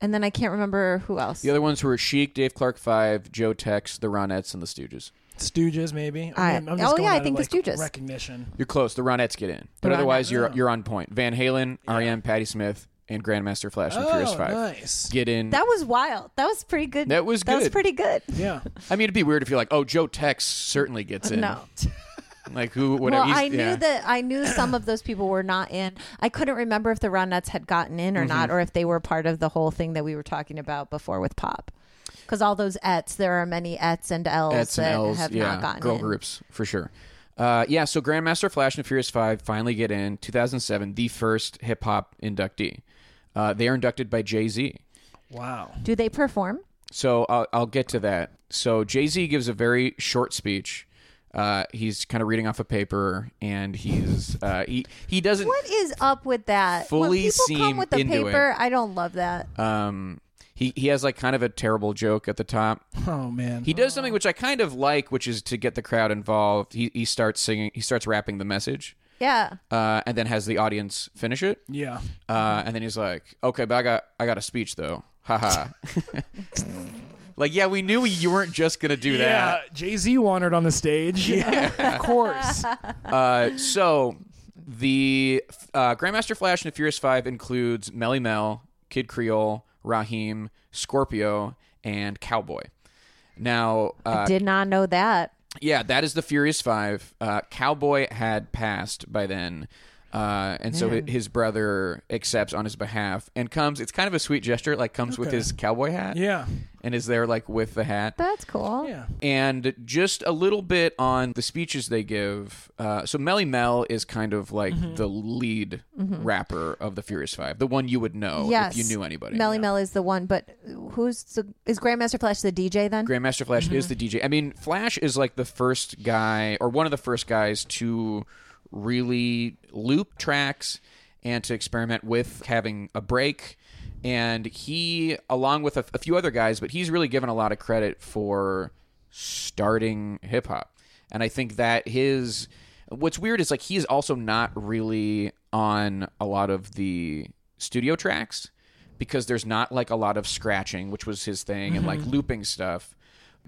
Speaker 2: and then I can't remember who else.
Speaker 1: The other ones were Chic, Dave Clark Five, Joe Tex, The Ronettes, and The Stooges.
Speaker 3: Stooges, maybe.
Speaker 2: I-
Speaker 3: I'm- I'm
Speaker 2: oh,
Speaker 3: just going
Speaker 2: yeah, I
Speaker 3: out of,
Speaker 2: think the
Speaker 3: like,
Speaker 2: Stooges.
Speaker 3: Recognition.
Speaker 1: You're close. The Ronettes get in, but
Speaker 2: The
Speaker 1: otherwise
Speaker 2: Ronettes.
Speaker 3: Oh.
Speaker 1: you're you're on point. Van Halen, REM, Patti Smith, and Grandmaster Flash from Furious
Speaker 3: Oh,
Speaker 1: Five
Speaker 3: nice.
Speaker 1: get in.
Speaker 2: That was wild. That was pretty good.
Speaker 1: That was
Speaker 2: That was
Speaker 1: good.
Speaker 2: pretty good.
Speaker 3: Yeah.
Speaker 1: I mean, it'd be weird if you're like, oh, Joe Tex certainly gets in.
Speaker 2: No.
Speaker 1: Like who? Whatever.
Speaker 2: Well,
Speaker 1: he's-
Speaker 2: I knew
Speaker 1: yeah.
Speaker 2: that I knew some of those people were not in. I couldn't remember if the Ronettes had gotten in or
Speaker 1: Mm-hmm.
Speaker 2: not, or if they were part of the whole thing that we were talking about before with pop. Because all those ets, there are many ets and l's
Speaker 1: Ets and
Speaker 2: that
Speaker 1: L's,
Speaker 2: have
Speaker 1: yeah,
Speaker 2: not gotten
Speaker 1: girl
Speaker 2: in.
Speaker 1: groups for sure. Uh, yeah, so Grandmaster Flash and the Furious Five finally get in 2007, the first hip hop inductee. Uh, they are inducted by Jay Z.
Speaker 3: Wow.
Speaker 2: Do they perform?
Speaker 1: So I'll, I'll get to that. So Jay Z gives a very short speech. Uh, he's kind of reading off a paper, and he's uh, he he doesn't.
Speaker 2: What is up with that? when
Speaker 1: Fully
Speaker 2: people
Speaker 1: seem
Speaker 2: come with the
Speaker 1: into it.
Speaker 2: paper, I don't love that.
Speaker 1: Um, he he has like kind of a terrible joke at the top.
Speaker 3: Oh man.
Speaker 1: He does something which I kind of like, which is to get the crowd involved. He he starts singing, he starts rapping the message,
Speaker 2: yeah.
Speaker 1: uh, and then has the audience finish it.
Speaker 3: yeah.
Speaker 1: Uh, and then he's like, "Okay, but I got I got a speech though." Haha. like, yeah, we knew you weren't just gonna do
Speaker 3: Yeah. Jay Z wandered on the stage. Yeah. of course.
Speaker 1: that. Uh, so the uh, Grandmaster Flash and the Furious Five includes Melly Mel, Kid Creole, Raheem, Scorpio, and Cowboy. Now, uh,
Speaker 2: Did not know that.
Speaker 1: yeah, that is the Furious Five. Uh, Cowboy had passed by then. Uh, and so hi- his brother accepts on his behalf and comes. It's kind of a sweet gesture. Like comes with his cowboy hat.
Speaker 3: Yeah.
Speaker 1: and is there like with the hat.
Speaker 2: That's cool.
Speaker 3: Yeah.
Speaker 1: And just a little bit on the speeches they give. Uh, so Melly Mel is kind of like
Speaker 2: Mm-hmm.
Speaker 1: the lead rapper of the Furious Five, the one you would know
Speaker 2: Yes.
Speaker 1: if you knew anybody.
Speaker 2: Melly Mel is the one, but who's the, is Grandmaster Flash the DJ then?
Speaker 1: Grandmaster Flash is the DJ. I mean, Flash is like the first guy or one of the first guys to really loop tracks and to experiment with having a break. And he, along with a, a few other guys, but he's really given a lot of credit for starting hip hop. And I think that his what's weird is like he's also not really on a lot of the studio tracks because there's not like a lot of scratching, which was his thing, and like looping stuff.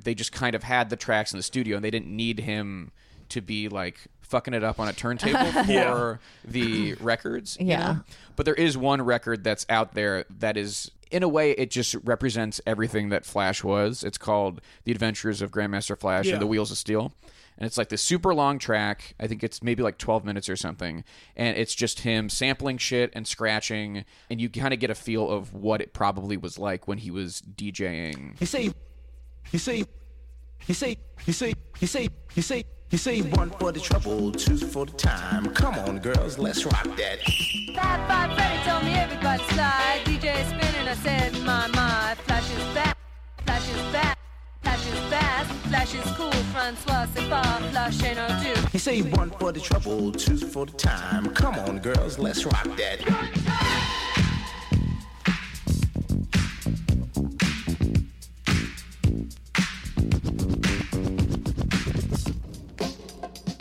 Speaker 1: They just kind of had the tracks in the studio, and they didn't need him to be like fucking it up on a turntable for the records. you
Speaker 2: Yeah.
Speaker 1: know? But there is one record that's out there that is, in a way, it just represents everything that Flash was. It's called The Adventures of Grandmaster Flash
Speaker 3: Yeah.
Speaker 1: and The Wheels of Steel. And it's like this super long track. I think it's maybe like 12 minutes or something. And it's just him sampling shit and scratching. And you kind of get a feel of what it probably was like when he was DJing.
Speaker 5: You see, you see, you see, you see, you see, you see, you see, one for the trouble, two for the time. Come on, girls, let's rock that.
Speaker 6: Five, five, Freddy told me everybody slide. DJ spinning, I said, my, my. Flash is back, flash is back, flash is fast, flash is cool. Francois, c'est pas flash ain't no dude.
Speaker 5: You see, one for the trouble, two for the time. Come on, girls, let's rock that.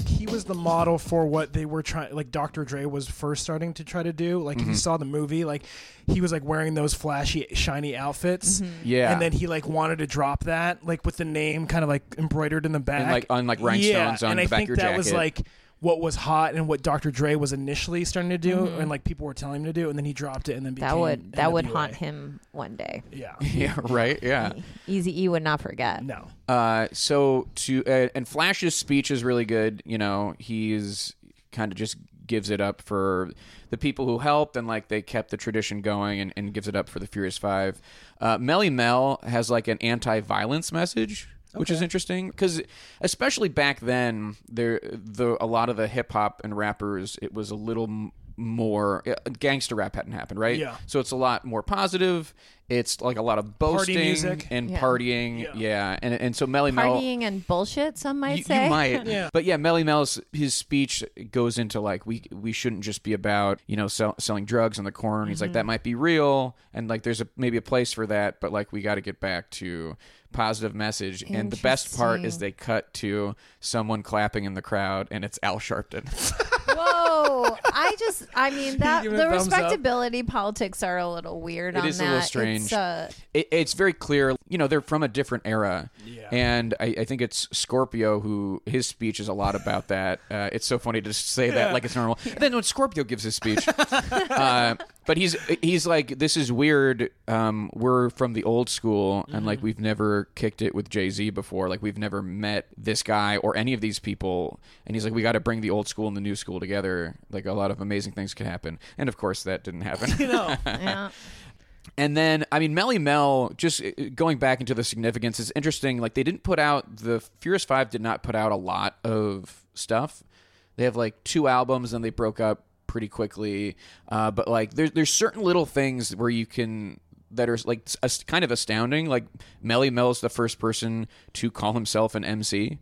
Speaker 3: he was the model for what they were trying like Dr. Dre was first starting to try to do. Like if
Speaker 1: Mm-hmm.
Speaker 3: you saw the movie, like he was like wearing those flashy shiny outfits.
Speaker 2: Mm-hmm.
Speaker 1: Yeah.
Speaker 3: And then he like wanted to drop that, like with the name kind of like embroidered in the back.
Speaker 1: like, on, like, rhinestones
Speaker 3: yeah.
Speaker 1: on
Speaker 3: and
Speaker 1: the back
Speaker 3: I
Speaker 1: of
Speaker 3: think
Speaker 1: your
Speaker 3: that was
Speaker 1: jacket.
Speaker 3: like what was hot and what Dr. Dre was initially starting to do and like people were telling him to do and then he dropped it and then
Speaker 2: Mm-hmm. That
Speaker 3: became
Speaker 2: would that would
Speaker 3: NWA.
Speaker 2: haunt him one day.
Speaker 3: Yeah.
Speaker 1: Yeah, right? Yeah.
Speaker 2: Easy E would not forget.
Speaker 3: No.
Speaker 1: Uh, so to uh, and Flash's speech is really good. You know, he's kind of just gives it up for the people who helped and like they kept the tradition going and, and gives it up for the Furious Five. Uh, Melly Mel has like an anti-violence message. Which is interesting because, especially back then, there the a lot of the hip hop and rappers, it was a little m- more uh, gangster rap hadn't happened, right?
Speaker 3: Yeah.
Speaker 1: So it's a lot more positive. It's like a lot of boasting
Speaker 3: music.
Speaker 1: and partying, yeah. And and so Melly Mel, you,
Speaker 2: Partying and bullshit, some might
Speaker 1: you
Speaker 2: say.
Speaker 1: might,
Speaker 3: Yeah.
Speaker 1: but yeah, Melly Mel's his speech goes into like we we shouldn't just be about you know sell, selling drugs on the corner. And He's
Speaker 2: Mm-hmm.
Speaker 1: like that might be real, and like there's a maybe a place for that, but like we got to get back to positive message. And the best part is they cut to someone clapping in the crowd, and it's Al Sharpton.
Speaker 2: Whoa! no, I just, I mean, that
Speaker 3: Give it a
Speaker 2: the
Speaker 3: thumbs up.
Speaker 2: respectability politics are a little weird
Speaker 1: It
Speaker 2: on
Speaker 1: is
Speaker 2: that.
Speaker 1: a little strange.
Speaker 2: It's, uh,
Speaker 1: it, it's very clear, you know, they're from a different era. And I, I think it's Scorpio who his speech is a lot about that. Uh, it's so funny to say that like it's normal. And then when Scorpio gives his speech, uh, but he's he's like, this is weird. Um, we're from the old school, and
Speaker 2: Mm-hmm.
Speaker 1: like we've never kicked it with Jay Z before. Like we've never met this guy or any of these people. And he's like, we got to bring the old school and the new school together. Like a lot of amazing things could happen. And of course, that didn't happen.
Speaker 2: yeah.
Speaker 1: And then, I mean, Melly Mel, just uh, going back into the significance, is interesting. Like, they didn't put out, the Furious Five did not put out a lot of stuff. They have like two albums and they broke up pretty quickly. Uh, but like, there, there's certain little things where you can, that are like as- kind of astounding. Like, Melly Mel's the first person to call himself an MC.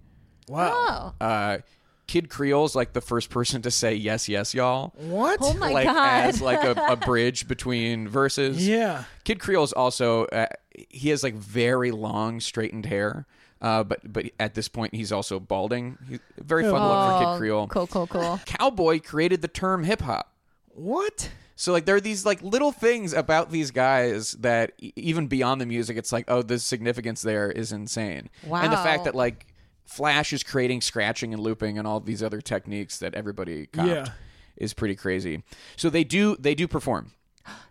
Speaker 2: Oh,
Speaker 1: Uh, Kid Creole's like the first person to say yes, yes, y'all.
Speaker 3: What?
Speaker 2: oh my
Speaker 1: like
Speaker 2: god.
Speaker 1: as like a, a bridge between verses.
Speaker 3: Yeah.
Speaker 1: Kid Creole's also uh, he has like very long straightened hair, uh, but but at this point he's also balding. He, very fun look for Kid Creole.
Speaker 2: Oh, Cool, cool, cool.
Speaker 1: Cowboy created the term hip hop.
Speaker 3: What?
Speaker 1: So like there are these like little things about these guys that e- even beyond the music, it's like oh the significance there is insane. And the
Speaker 2: Wow.
Speaker 1: fact that like Flash is creating scratching and looping and all these other techniques that everybody copped
Speaker 3: Yeah.
Speaker 1: is pretty crazy. So they do they do perform.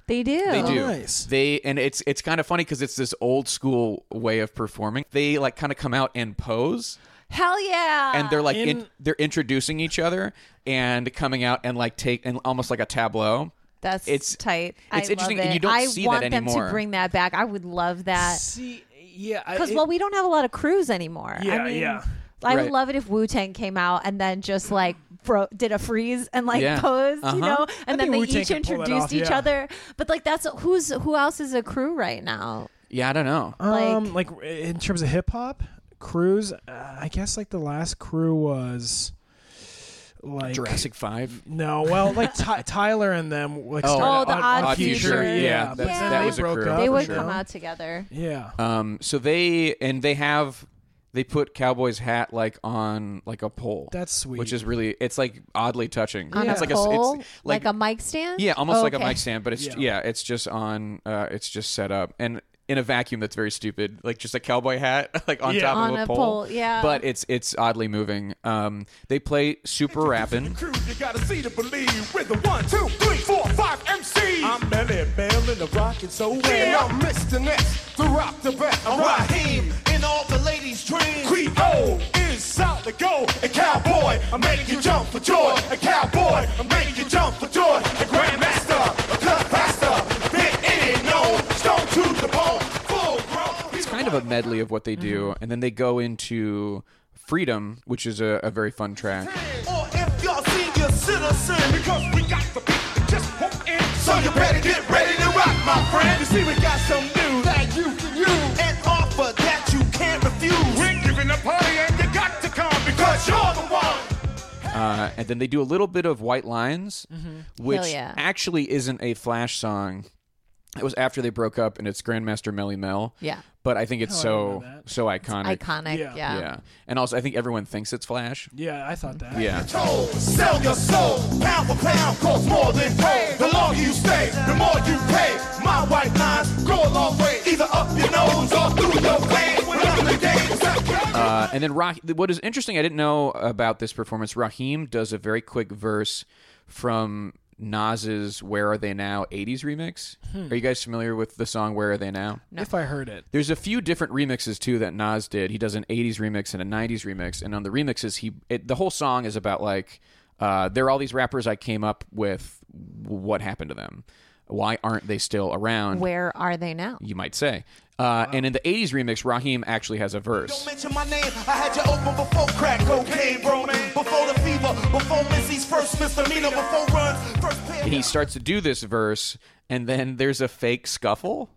Speaker 2: They do.
Speaker 1: They do.
Speaker 3: Oh, nice.
Speaker 1: They and it's it's kind of funny because it's this old school way of performing. They like kind of come out and pose,
Speaker 2: Hell yeah.
Speaker 1: and they're like in,
Speaker 3: In-
Speaker 1: they're introducing each other and coming out and like take and almost like a tableau.
Speaker 2: That's
Speaker 1: it's-
Speaker 2: it's tight.
Speaker 1: it's
Speaker 2: I
Speaker 1: interesting,
Speaker 2: love
Speaker 1: and
Speaker 2: it.
Speaker 1: you don't
Speaker 2: I
Speaker 1: see that
Speaker 2: want them
Speaker 1: anymore.
Speaker 2: to bring that back. I would love that
Speaker 3: See, yeah. I-
Speaker 2: because
Speaker 3: Uh, it-
Speaker 2: well, we don't have a lot of crews anymore.
Speaker 3: Yeah,
Speaker 2: I mean,
Speaker 3: yeah.
Speaker 2: I
Speaker 1: Right.
Speaker 2: would love it if Wu Tang came out and then just like bro- did a freeze and like
Speaker 1: Yeah. Uh-huh.
Speaker 2: posed, you know, and then
Speaker 3: think
Speaker 2: they
Speaker 3: Wu-Tang
Speaker 2: each
Speaker 3: could pull that
Speaker 2: introduced
Speaker 3: off,
Speaker 2: each
Speaker 3: yeah.
Speaker 2: other. But like that's who's who else is a crew right now?
Speaker 1: Yeah, I don't know.
Speaker 3: um, like in terms of hip hop crews, uh, I guess like the last crew was like
Speaker 1: Jurassic Five.
Speaker 3: No, well, like Ty- Tyler and them, like
Speaker 1: Oh.
Speaker 3: started
Speaker 2: Oh, the
Speaker 3: on,
Speaker 2: Odd
Speaker 3: on
Speaker 2: Future.
Speaker 3: yeah,
Speaker 1: Yeah,
Speaker 3: but
Speaker 2: that's-
Speaker 3: then
Speaker 2: that
Speaker 3: they
Speaker 2: was
Speaker 1: a
Speaker 3: broke
Speaker 1: crew.
Speaker 3: up.
Speaker 2: they
Speaker 1: for
Speaker 2: would
Speaker 3: you
Speaker 2: come
Speaker 3: know?
Speaker 2: out together.
Speaker 3: Yeah,
Speaker 1: Um, so they and they have they put Cowboy's hat like on like a pole.
Speaker 3: That's sweet.
Speaker 1: Which is really it's like oddly touching.
Speaker 2: On
Speaker 1: It's
Speaker 2: a
Speaker 1: like s-
Speaker 2: pole,
Speaker 1: it's,
Speaker 2: like, a mic stand.
Speaker 1: Yeah, almost like a
Speaker 2: Oh, Okay.
Speaker 1: mic stand, but it's yeah,
Speaker 3: Yeah.
Speaker 1: it's just on uh it's just set up and in a vacuum that's very stupid, like just a cowboy hat like on
Speaker 3: Yeah.
Speaker 1: top
Speaker 2: On
Speaker 1: of a,
Speaker 2: a
Speaker 1: pole.
Speaker 2: pole, yeah.
Speaker 1: But it's it's oddly moving. Um they play super rapping.
Speaker 5: Crew, you gotta see to believe. With the one, two, three, four, five MCs. I'm Melly Bell in the rockin' so well.
Speaker 4: Yeah,
Speaker 5: I'm Mr. Ness, the rock the best.
Speaker 4: I'm Raheem in all the ladies' dreams.
Speaker 5: Creole is out to go. A cowboy, I'm making you jump for joy. A cowboy, I'm making you jump for joy. A grandmaster, a cut faster than any known. Stone to the bone, full grown.
Speaker 1: It's kind of a medley of what they do,
Speaker 2: Mm-hmm.
Speaker 1: and then they go into Freedom, which is a, a very fun track.
Speaker 4: Or if you're a senior citizen,
Speaker 5: Because we got the beat that just won't end.
Speaker 4: so you better get ready to rock, my friend.
Speaker 5: You see, we got some news that you can use.
Speaker 4: An offer that you can't refuse.
Speaker 5: We're giving a party and you got to come because you're the one.
Speaker 1: Uh, and then they do a little bit of White Lines, which
Speaker 2: Mm-hmm. Hell yeah.
Speaker 1: actually isn't a Flash song. It was after they broke up, and it's Grandmaster Melly Mel.
Speaker 2: Yeah.
Speaker 1: but Oh, I think it's so so iconic.
Speaker 2: Iconic.
Speaker 3: Yeah.
Speaker 2: yeah.
Speaker 1: Yeah, and also I think everyone thinks it's Flash.
Speaker 3: yeah, I thought that.
Speaker 1: Yeah,
Speaker 4: Told, sell your soul, pound for pound, costs more than gold.
Speaker 5: The longer you stay, the more you pay. My white lines go a long way.
Speaker 4: Either up your nose or through your veins. When I'm in the game, it's up your
Speaker 1: uh, and then Rock. What is interesting, I didn't know about this performance. Raheem does a very quick verse from Nas's "Where Are They Now" '80s remix. Are you guys familiar with the song "Where Are They Now"?
Speaker 3: If I heard it,
Speaker 1: There's a few different remixes too that Nas did. He does an '80s remix and a '90s remix, and on the remixes, he it, the whole song is about like uh, there are all these rappers I came up with. What happened to them? Why aren't they still around?
Speaker 2: Where are they now?
Speaker 1: you might say. Uh, And in the '80s remix, Raheem actually has a verse.
Speaker 4: Don't mention my name. I had you open before crack cocaine, bro. Before the fever, before Missy's first misdemeanor, before runs, first pair.
Speaker 1: And he starts to do this verse, and then there's a fake scuffle.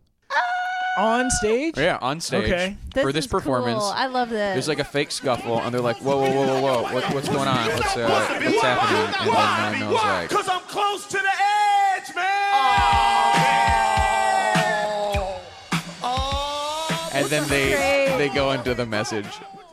Speaker 3: on stage.
Speaker 1: Yeah, on stage
Speaker 3: Okay.
Speaker 1: for this
Speaker 2: is
Speaker 1: performance.
Speaker 2: cool. I love this.
Speaker 1: There's like a fake scuffle, and they're like, "Whoa, whoa, whoa, whoa, whoa! What, what's going on? What's, uh, what's happening?" And then Nas knows, like,
Speaker 5: Because I'm close to the edge, man.
Speaker 1: and then they they go into the message.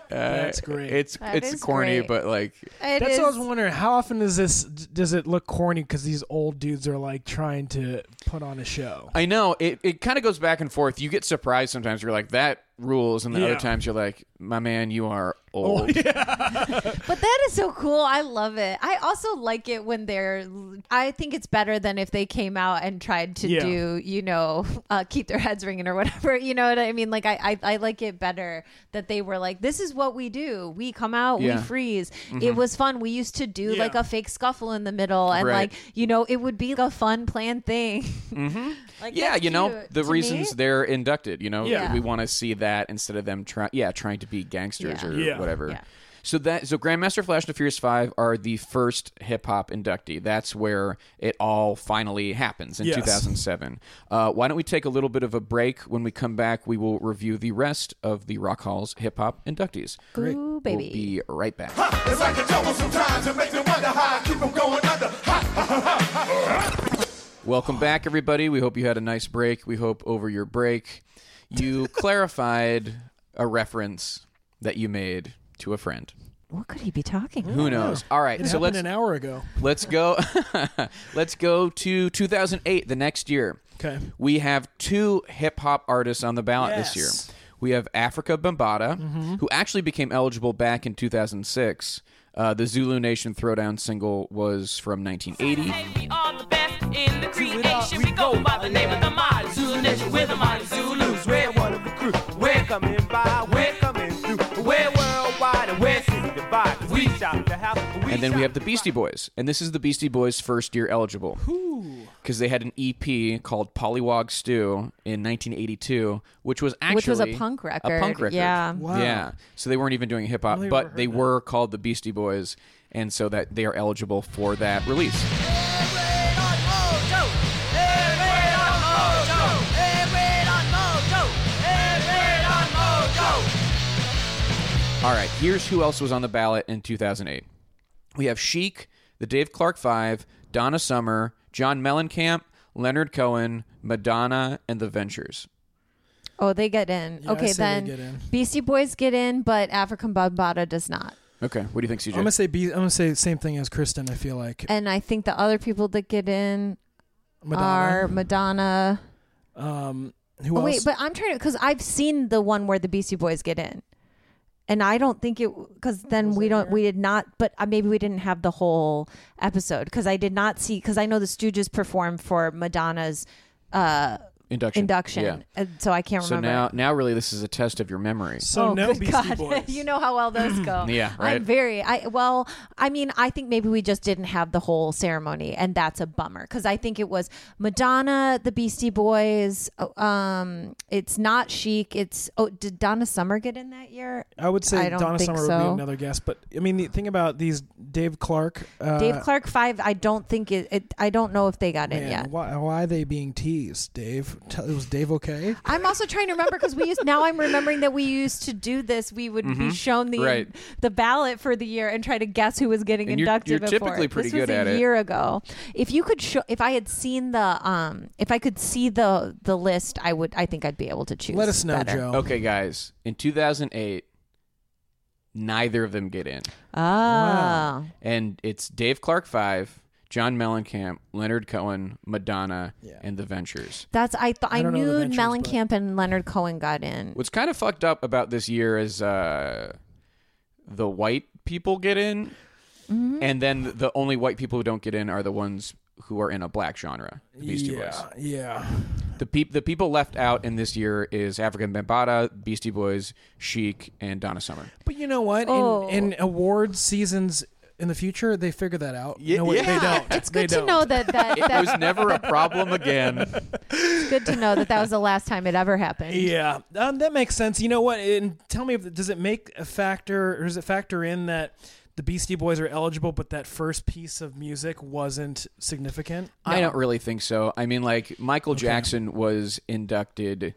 Speaker 1: Uh,
Speaker 3: That's great.
Speaker 1: It's
Speaker 2: That
Speaker 1: it's
Speaker 2: is
Speaker 1: corny,
Speaker 2: great.
Speaker 1: but like
Speaker 2: It
Speaker 3: That's what I was
Speaker 2: is-
Speaker 3: wondering. How often does this does it look corny because these old dudes are like trying to put on a show?
Speaker 1: I know it. It kind of goes back and forth. You get surprised sometimes. You're like that rules, and then other
Speaker 3: Yeah.
Speaker 1: times you're like, my man, you are old.
Speaker 2: But that is so cool. I love it. I also like it when they're. I think it's better than if they came out and tried to
Speaker 3: Yeah.
Speaker 2: do, you know, uh, keep their heads ringing or whatever. You know what I mean? Like I, I, I like it better that they were like, "This is what we do. We come out,
Speaker 1: Yeah.
Speaker 2: we freeze. It was fun. We used to do
Speaker 3: Mm-hmm. Yeah.
Speaker 2: like a fake scuffle in the middle, and
Speaker 1: Right.
Speaker 2: like you know, it would be a fun planned thing.
Speaker 3: Mm.
Speaker 2: like,
Speaker 1: yeah,
Speaker 2: that's
Speaker 1: you know
Speaker 2: cute
Speaker 1: the
Speaker 2: to me.
Speaker 1: reasons they're inducted. You know,
Speaker 3: Yeah.
Speaker 1: we want to see that instead of them trying. Yeah, trying to be gangsters
Speaker 2: Yeah.
Speaker 1: or
Speaker 3: Yeah.
Speaker 1: whatever.
Speaker 2: Yeah.
Speaker 1: So that so Grandmaster Flash and the Furious Five are the first hip hop inductee. That's where it all finally happens in
Speaker 3: Yes.
Speaker 1: 2007. Uh, why don't we take a little bit of a break? When we come back, we will review the rest of the Rock Hall's hip hop inductees.
Speaker 2: Ooh, baby.
Speaker 1: We'll be right back.
Speaker 5: It's like a jungle sometimes. It makes me wonder how I keep from going under.
Speaker 1: Welcome back, everybody. We hope you had a nice break. We hope over your break you clarified a reference that you made to a friend.
Speaker 2: What could he be talking?
Speaker 1: Who knows? All right,
Speaker 3: It
Speaker 1: so
Speaker 3: happened
Speaker 1: let's
Speaker 3: an hour ago.
Speaker 1: let's go let's go to 2008, the next year.
Speaker 3: Okay.
Speaker 1: We have two hip hop artists on the ballot this
Speaker 3: Yes. Mm-hmm.
Speaker 1: year. We have Africa Bambata, who actually became eligible back in 2006. Uh, the Zulu Nation Throwdown single was from 1980.
Speaker 7: Say we are the best in the creation. We go by the name of the Mighty Zulu Nation. We're the Mighty Zulus.
Speaker 4: We're one of the crew. We're coming by. We're coming through. We're worldwide and we're city divide. We shop the house. We
Speaker 1: and then we
Speaker 4: shop
Speaker 1: have the Beastie Boys, and this is the Beastie Boys' first year eligible because they had an EP called Pollywog Stew in 1982, which was actually
Speaker 2: Which was a punk record.
Speaker 1: A punk record,
Speaker 2: Yeah.
Speaker 3: Wow.
Speaker 1: yeah. So they weren't even doing hip hop, but they were called the Beastie Boys, and so that they are eligible for that release. All right, here's who else was on the ballot in 2008. We have Chic, the Dave Clark Five, Donna Summer, John Mellencamp, Leonard Cohen, Madonna, and The Ventures.
Speaker 2: Oh, they get in.
Speaker 3: Yeah, I
Speaker 2: okay,
Speaker 3: say they
Speaker 2: then
Speaker 3: get in.
Speaker 2: Beastie Boys get in, but African Bambata does not.
Speaker 1: Okay, what do you think, CJ?
Speaker 3: I'm gonna say B, I'm gonna say the same thing as Kristen. I feel like
Speaker 2: And I think the other people that get in are
Speaker 3: Madonna.
Speaker 2: Madonna.
Speaker 3: um, who
Speaker 2: Oh,
Speaker 3: else?
Speaker 2: wait, but I'm trying to because I've seen the one where the Beastie Boys get in, and I don't think it because then we don't we did not. But uh, maybe we didn't have the whole episode because I did not see because I know the Stooges performed for Madonna's uh,
Speaker 1: induction.
Speaker 2: induction,
Speaker 1: Yeah.
Speaker 2: and so I can't
Speaker 1: So
Speaker 2: remember.
Speaker 1: now, now really, this is a test of your memory.
Speaker 3: so Oh, no
Speaker 2: Oh, good
Speaker 3: Beastie
Speaker 2: God.
Speaker 3: Boys.
Speaker 2: you know how well those go.
Speaker 1: Yeah, right.
Speaker 2: I'm very. I well, I mean, I think maybe we just didn't have the whole ceremony, and that's a bummer because I think it was Madonna, the Beastie Boys. oh, Um, it's not Chic. It's oh, did Donna Summer get in that year?
Speaker 3: I would say
Speaker 2: I don't
Speaker 3: Donna
Speaker 2: think
Speaker 3: Summer would
Speaker 2: so.
Speaker 3: be another guess, but I mean the thing about these Dave Clark. Uh,
Speaker 2: Dave Clark Five. I don't think it, it. I don't know if they got in
Speaker 3: man,
Speaker 2: yet.
Speaker 3: why, why are they being teased, Dave? Tell- Was Dave okay?
Speaker 2: I'm also trying to remember because we used now I'm remembering that we used to do this. We would be shown the
Speaker 1: Mm-hmm. Right.
Speaker 2: the ballot for the year and try to guess who was getting
Speaker 1: And you're-
Speaker 2: inducted.
Speaker 1: you're
Speaker 2: before.
Speaker 1: typically pretty
Speaker 2: this
Speaker 1: good
Speaker 2: was
Speaker 1: at
Speaker 2: a
Speaker 1: it.
Speaker 2: year ago. If you could show, if I had seen the um, if I could see the the list, I would. I think I'd be able to choose.
Speaker 3: Let us know,
Speaker 2: better.
Speaker 3: Joe.
Speaker 1: Okay, guys. In 2008, neither of them get in,
Speaker 2: Oh,
Speaker 3: Wow.
Speaker 1: and it's Dave Clark Five, John Mellencamp, Leonard Cohen, Madonna, and The Ventures.
Speaker 2: that's I. Th- I,
Speaker 3: I don't know the
Speaker 2: knew
Speaker 3: Ventures, but-
Speaker 2: Mellencamp and Leonard Cohen got in.
Speaker 1: What's kind of fucked up about this year is uh, the white people get in,
Speaker 2: Mm-hmm.
Speaker 1: and then the only white people who don't get in are the ones who are in a black genre. The Beastie
Speaker 3: yeah,
Speaker 1: Boys.
Speaker 3: yeah.
Speaker 1: The peop- the people left out in this year is African Bambata, Beastie Boys, Chic, and Donna Summer.
Speaker 3: But you know what?
Speaker 2: Oh.
Speaker 3: In, in award seasons in the future, they figure that out.
Speaker 1: Ye-
Speaker 3: no, wait,
Speaker 1: yeah.
Speaker 3: they don't.
Speaker 2: It's
Speaker 3: They
Speaker 2: good to
Speaker 3: don't.
Speaker 2: know that that,
Speaker 1: It
Speaker 2: that
Speaker 1: was never a problem again.
Speaker 2: it's good to know that that was the last time it ever happened.
Speaker 3: Yeah, um, that makes sense. You know what? And tell me, if, does it make a factor, or does it factor in that the Beastie Boys are eligible, but that first piece of music wasn't significant?
Speaker 1: I don't really think so. I mean, like Michael Jackson was inducted